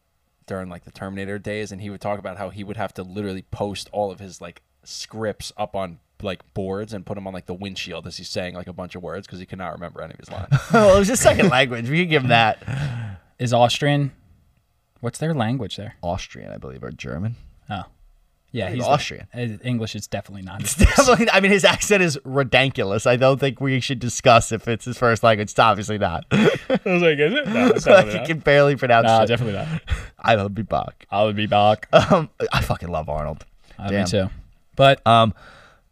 during like the Terminator days, and he would talk about how he would have to literally post all of his like scripts up on like boards and put them on like the windshield as he's saying like a bunch of words because he could not remember any of
*laughs*
his lines.
well, it was his second language. We could give him that.
Is Austrian? What's their language there?
Austrian, I believe, or German. *laughs*
Oh, Yeah, he's
Austrian.
not- uh, English is definitely not. his-
Definitely, I mean, his accent is ridiculous. I don't think we should discuss if it's his first language. It's obviously not.
*laughs*
*laughs*
I was like, is it? *laughs* No, it's
I
definitely not.
can barely pronounce
Nah,
it.
definitely not.
I will be back.
I would be *laughs* back.
Um, I fucking love Arnold.
Uh, me
Damn.
too. But
Um,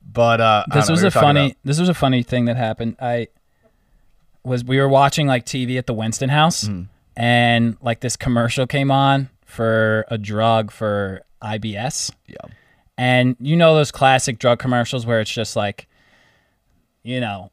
but uh, I don't
this
know,
was
we were
a
talking
funny.
about-
This was a funny thing that happened. I was we were watching like TV at the Winston House, and like this commercial came on for a drug for IBS.
Yeah.
And you know those classic drug commercials where it's just like, you know,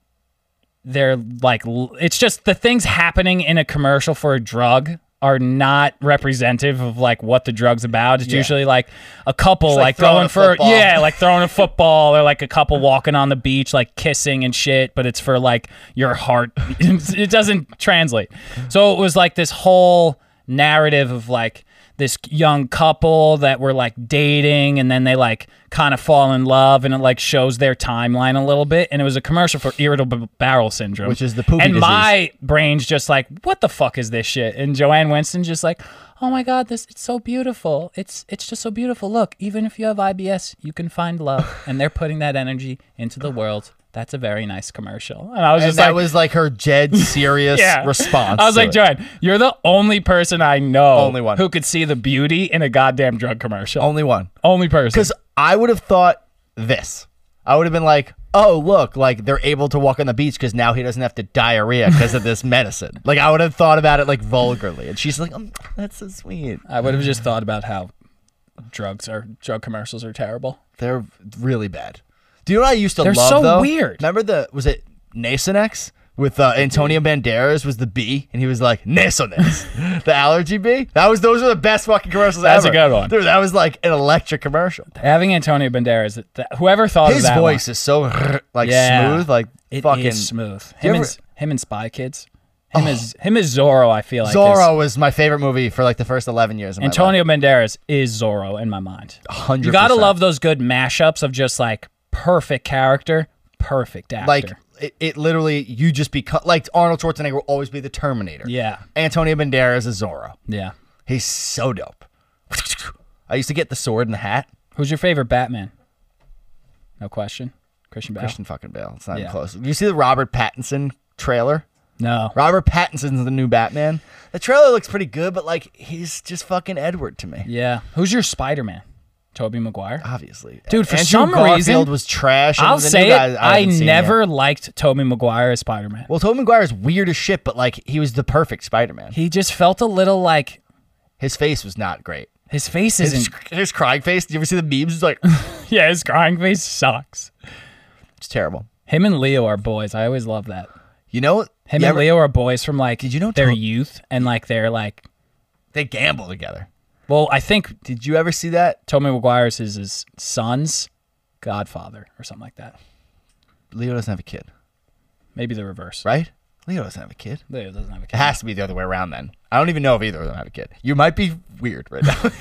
they're like, l- it's just the things happening in a commercial for a drug are not representative of like what the drug's about. It's usually like a couple
like
like,
throwing
going
a
for
football.
yeah, like throwing a football or like a couple walking on the beach like kissing and shit, but it's for like your heart. *laughs* it doesn't translate. So it was like this whole narrative of like this young couple that were like dating and then they like kind of fall in love and it like shows their timeline a little bit and it was a commercial for irritable bowel syndrome
Which is the poopy
and
disease.
my brain's just like what the fuck is this shit and joanne winston just like oh my god this it's so beautiful it's it's just so beautiful look even if you have ibs you can
*laughs*
find love and they're putting that energy into the world that's a very nice commercial and i was
And
just
that
like
was like her dead
*laughs*
serious response.
I was
to
like,
it.
Joanne, you're the only person I know
Only one.
who could see the beauty in a goddamn drug commercial.
only one.
Only person.
Because I would have thought this. I would have been like, oh, look, like they're able to walk on the beach because now he doesn't have to diarrhea because of this *laughs* medicine. Like, I would have thought about it like vulgarly. And she's like, um, that's so sweet.
I would have just thought about how drugs are drug commercials are terrible.
They're really bad. Do you know what I used to
They're
love?
so
though?
weird.
Remember the, was it Nasonex? With uh, Antonio Banderas was the bee, and he was like Nasonex, *laughs* the allergy bee. That was those were the best fucking commercials
That's a
ever.
good one.
Dude, that was like an electric commercial.
Having Antonio Banderas, that, whoever thought of
His
that
voice is so *laughs* like
Yeah.
smooth, like
one, it
fucking
is smooth.
You
Him
ever- Oh.
and him and Spy Kids. Him is him is Zorro. I feel like is-
Zorro was my favorite movie for like the first 11 years of my
Antonio Banderas is Zorro in my mind.
life.
You gotta love those good mashups of just like perfect character, perfect actor.
like it, it literally you just become like Arnold Schwarzenegger will always be the Terminator.
yeah,
Antonio Banderas is Zorro.
yeah.
He's so dope. I used to get the sword and the hat.
Who's your favorite Batman? No question. Christian Bale.
Christian fucking Bale. It's not even
Yeah.
close. You see the Robert Pattinson trailer?
No.
Robert Pattinson's the new Batman. The trailer looks pretty good, but like he's just fucking Edward to me.
Yeah. Who's your Spider Man? Toby Maguire.
Obviously,
Dude, for
Andrew
some
Garfield
reason-
was trash. and
I'll
the new
say it.
guy-
I,
haven't seen yet.
never liked Toby Maguire as Spider Man.
Well, Tobey Maguire's weird as shit, but like he was the perfect Spider-Man.
he just felt a little like
His face was not great.
his face
His,
isn't.
*laughs* his crying face. Do you ever see the memes? It's like *laughs*
yeah, his crying face sucks.
it's terrible.
Him and Leo are boys. I always love that.
You know,
Him
you
and
ever-
Leo are boys from like
Did you know
their
Tom-
youth and like they're like.
they gamble together.
Well, I think
Did you ever see that?
Toby Maguire's is his son's godfather or something like that.
Leo doesn't have a kid,
Maybe the reverse.
right? Ah, Leo doesn't have a kid.
Leo doesn't have a kid.
It has to be the other way around then. I don't even know if either of them have a kid. You might be weird right now.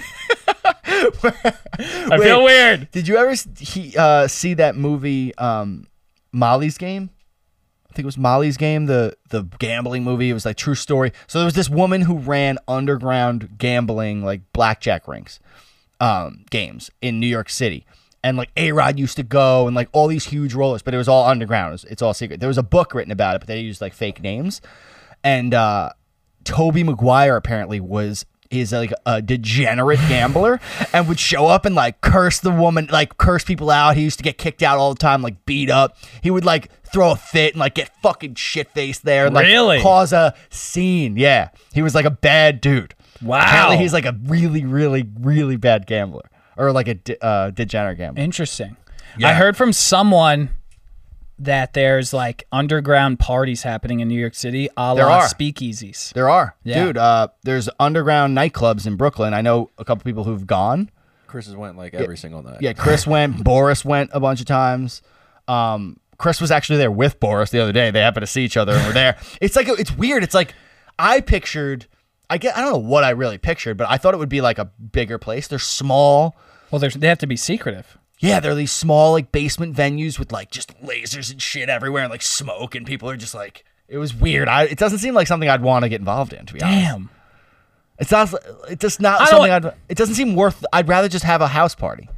I feel weird.
Did you ever s- he, uh, see that movie um, Molly's Game? I think it was Molly's Game, the the gambling movie. It was like true story. So there was this woman who ran underground gambling, like blackjack rings, um, games in New York City. And like A Rod used to go, and like all these huge rollers, but it was all underground. It was- it's all secret. There was a book written about it, but they used like fake names. And uh, Toby Maguire apparently was is like a degenerate gambler and would show up and like curse the woman, like curse people out. He used to get kicked out all the time, like beat up. He would like throw a fit and like get fucking shit faced there and like
Really?
cause a scene. Yeah. He was like a bad dude.
Wow.
Apparently he's like a really, really, really bad gambler. Or like a de- uh, degenerate gambler.
Interesting. I heard from someone that there's like underground parties happening in New York City, a
There
la
are.
speakeasies.
There are,
Yeah.
dude. Uh, there's underground nightclubs in Brooklyn. I know a couple people who've gone.
Chris has went like every single night.
Yeah, Chris went. Boris went a bunch of times. Um, Chris was actually there with Boris the other day. They happened to see each other and were there. It's like it's weird. It's like I pictured. I get. I don't know what I really pictured, but I thought it would be like a bigger place. They're small.
Well, there's, they have to be secretive.
Yeah, they're these small like basement venues with like just lasers and shit everywhere and like smoke and people are just like. It was weird. I, it doesn't seem like something I'd want to get involved in. To be honest,
Damn.
It's not. It's just not
don't
something.
want-
I'd, it doesn't seem worth. I'd rather just have a house party.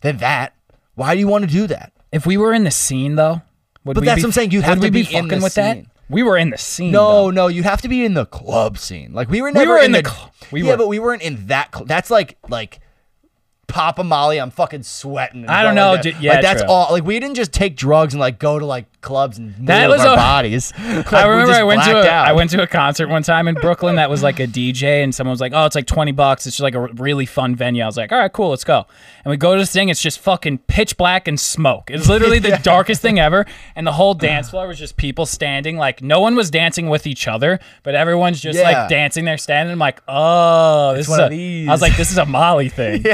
than that. Why do you want to do that?
If we were in the scene though, would
But
we
that's
be,
what I'm saying, you
would
have to
we be,
be in
fucking
the
with that.
scene.
We were in the scene.
No,
though.
no, you'd have to be in the club scene. Like we were never
were
in,
in
the,
the cl- we
yeah,
were.
but we weren't in that. Cl- that's like like Papa Molly. I'm fucking sweating. and
I don't
going
know,
Like, that.
dude. Yeah,
Like, that's
true.
all. Like we didn't just take drugs and like go to like clubs and
That
move
was
our
a- *laughs*
bodies. *laughs* Like, we
I remember
just
I went to
blacked
a,
out.
I went to a concert one time in Brooklyn that was like a DJ and someone was like, "Oh, it's like 20 bucks. It's just like a r- really fun venue." I was like, "All right, cool, let's go." And we go to this thing, it's just fucking pitch black and smoke.
*laughs*
It's literally the darkest thing ever, and
*sighs*
the whole dance floor was just people standing like no one was dancing with each other, but everyone's just
Yeah.
like dancing there standing. I'm like, "Oh, this
one
is
of
a,
these.
I was like, "This is
*laughs*
a Molly thing."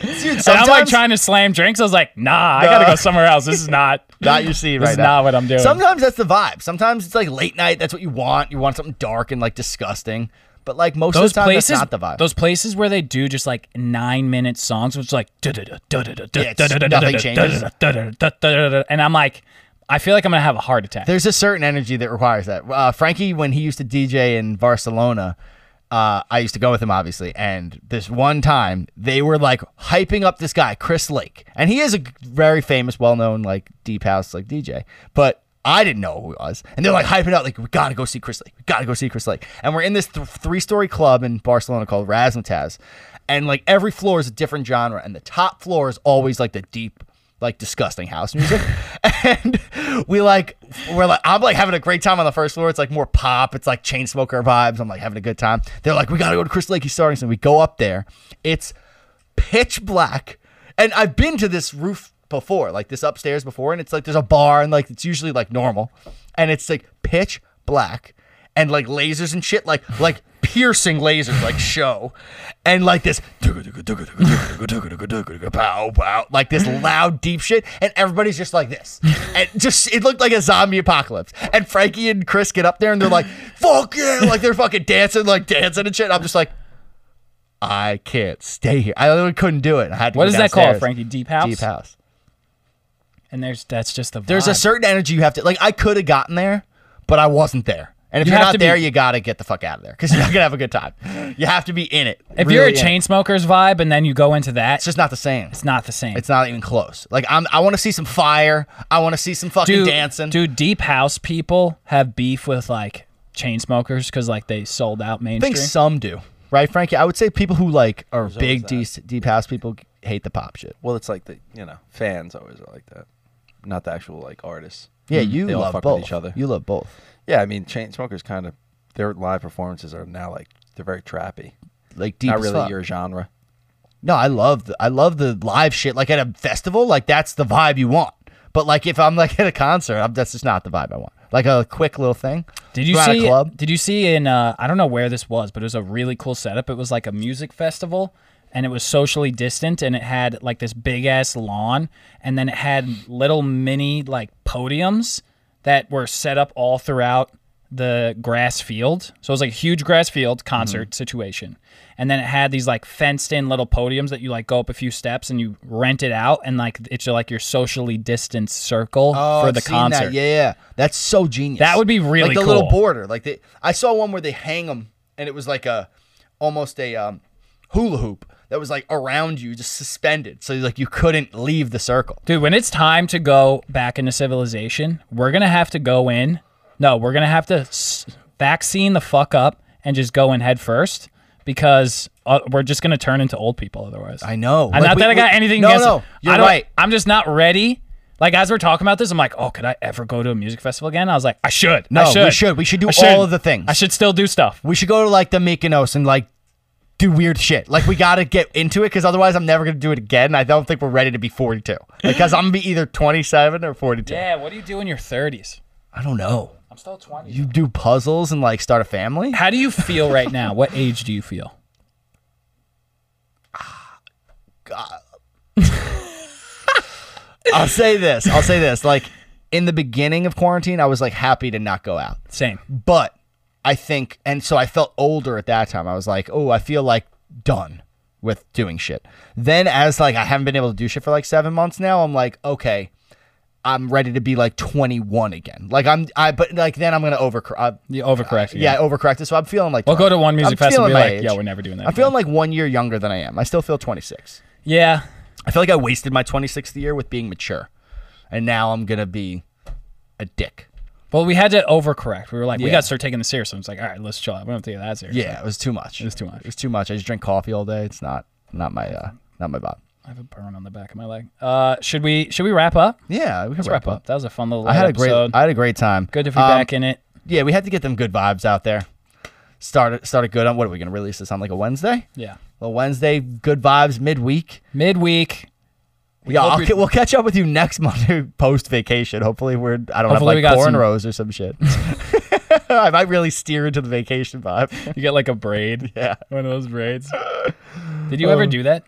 Dude,
And I'm like
sometimes-
trying to slam drinks. I was like, "Nah, I got to
Nah.
go somewhere else. This is not
*laughs* Not your scene
This
right
is
now.
not what I'm doing.
Sometimes that's the vibe. Sometimes it's like late night. That's what you want. You want something dark and like disgusting. But like most of
those
the time,
places,
that's not the vibe.
those places where they do just like nine minute songs, which is like da-da-da, da-da-da,
Yeah, it's-
da-da-da,
nothing
da-da-da,
changes.
da-da-da, da-da-da, and I'm like, I feel like I'm gonna have a heart attack.
There's a certain energy that requires that. Uh, Frankie, when he used to DJ in Barcelona, uh, I used to go with him, obviously. And this one time, they were like hyping up this guy, Chris Lake, and he is a very famous, well-known like deep house like DJ, but. I didn't know who he was, and they're like hyping out like we gotta go see Chris Lake, we gotta go see Chris Lake, and we're in this th- three-story club in Barcelona called Razzmatazz, and like every floor is a different genre, and the top floor is always like the deep like disgusting house music. *laughs* and we like we're like I'm like having a great time on the first floor. It's like more pop. It's like chain smoker vibes. I'm like having a good time. They're like, we gotta go to Chris Lake. He's starting soon. We go up there. It's pitch black. And I've been to this roof before, like this upstairs before, and it's like there's a bar and like it's usually like normal. And it's like pitch black and like lasers and shit, like like piercing lasers, like show, and like this pow pow, like this loud deep shit, and everybody's just like this, and just it looked like a zombie apocalypse. And Frankie and Chris get up there and they're like, "Fuck yeah!" Like they're fucking dancing, like dancing and shit. I'm just like. I can't stay here. I literally couldn't do it. I had to
What
go
is that called,
downstairs.
Frankie? Deep house.
Deep house.
And there's that's just the.
There's a
vibe.
certain energy you have to like. I could have gotten there, but I wasn't there. And if
You
you are
have
not
to
there,
be-
you gotta get the fuck out of there because you're not gonna have a good time. You have to be in it.
If
really
you're a
in it.
chain smokers vibe and then you go into that,
it's just not the same.
it's not the same.
It's not even close. Like I'm, I want to see some fire. I want to see some fucking
dude,
dancing.
Dude, deep house people have beef with like chain smokers because like they sold out
I think
mainstream.
some do, right, Frankie? I would say people who like are big deep, deep house people hate the pop shit.
Well, it's like the you know fans always are like that, not the actual like artists.
Yeah, you
They all
love
fuck with
both.
each other.
You love both.
Yeah, I mean, Chainsmokers kind of their live performances are now like they're very trappy,
Like deep.
not
as
really
fuck.
your genre.
No, I love the, I love the live shit. Like at a festival, like that's the vibe you want. But like if I'm like *laughs* at a concert, I'm, that's just not the vibe I want. Like a quick little thing.
Did you
We're at
see?
a club?
Did you see in? Uh, I don't know where this was, but it was a really cool setup. It was like a music festival, and it was socially distant, and it had like this big ass lawn, and then it had little mini like podiums that were set up all throughout the grass field. So it was like a huge grass
Mm-hmm.
field concert situation, and then it had these like fenced in little podiums that you like go up a few steps and you rent it out, and like it's like your socially distanced circle for
Oh, I've
the
seen
concert.
That. Yeah, yeah, that's so genius.
That would be really
like the little
cool.
border. Like they, I saw one where they hang them, and it was like a almost a um, hula hoop that was like around you, just suspended, so like you couldn't leave the circle.
Dude, when it's time to go back into civilization, we're gonna have to go in. No, we're gonna have to s- vaccine the fuck up and just go in head first because uh, we're just gonna turn into old people otherwise.
I know.
And
Like,
not
we-
that I got
we-
anything
no,
against.
no, you're
I don't,
right.
I'm just not ready. Like as we're talking about this, I'm like, oh, could I ever go to a music festival again? I was like, I should.
No,
I
we
should.
should. We should do
I
all of the things.
I should still do stuff.
We should go to like the Mykonos and like do weird shit. Like we gotta get into it because otherwise I'm never gonna do it again. And I don't think we're ready to be 42 because I'm gonna be either 27 or 42.
Yeah. What do you do in your 30s?
I don't know.
I'm still 20.
You do puzzles and like start a family.
How do you feel right now? What age do you feel?
I'll say this. I'll say this. Like in the beginning of quarantine, I was like happy to not go out.
Same.
But I think, and so I felt older at that time. I was like, oh, I feel like done with doing shit. Then, as like I haven't been able to do shit for like seven months now, I'm like, okay, I'm ready to be like 21 again. Like I'm, I but like then I'm gonna over, uh,
You overcorrect. again.
yeah, overcorrect it. So I'm feeling like
We'll go
20.
to one music
I'm
festival and
feeling
be
my
like,
age.
yeah, we're never doing that.
I'm feeling like one year younger than I am. I still feel 26.
yeah.
I feel like I wasted my 26th year with being mature, and now I'm gonna be a dick.
Well, we had to overcorrect. We were like, we
Yeah.
got to start taking this serious. So it's like, all right, let's chill out. We don't take it that serious.
Yeah, it was too much. It
was too much.
It was too much. I just drink coffee all day. It's not not my uh, not my vibe.
I have a burn on the back of my leg. Uh, should we should we wrap up?
Yeah, we can
Let's wrap up. That was a fun little.
I had a great
episode.
I had a great time.
Good to be
Um,
back in it.
Yeah, we had to get them good vibes out there. Start it start it good on what are we gonna release this on like a Wednesday?
Yeah.
Well, Wednesday, good vibes midweek.
Midweek.
Yeah,
hope
I'll
we-
get, we'll catch up with you next *laughs* Monday post vacation. Hopefully, we're I don't
Hopefully we
have
got
like
some-
cornrows or some shit. *laughs* I might really steer into the vacation vibe.
You get like a braid.
*laughs* Yeah. Oh,
One of
*laughs*
those braids. Did you ever do that?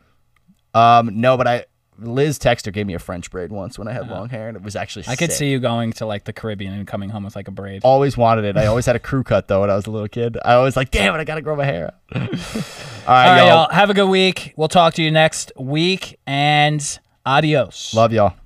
Um, no, but I Liz Texter gave me a French braid once when I had long hair, and it was actually
Uh-huh. I could
sick. Oh
see you going to like the Caribbean and coming home with like a braid.
Always wanted it. I always had a crew cut though when I was a little kid. I always like, damn it, I gotta grow my hair. out." *laughs* All
All
right,
right,
y'all.
y'all. Have a good week. We'll talk to you next week and adios.
Love y'all.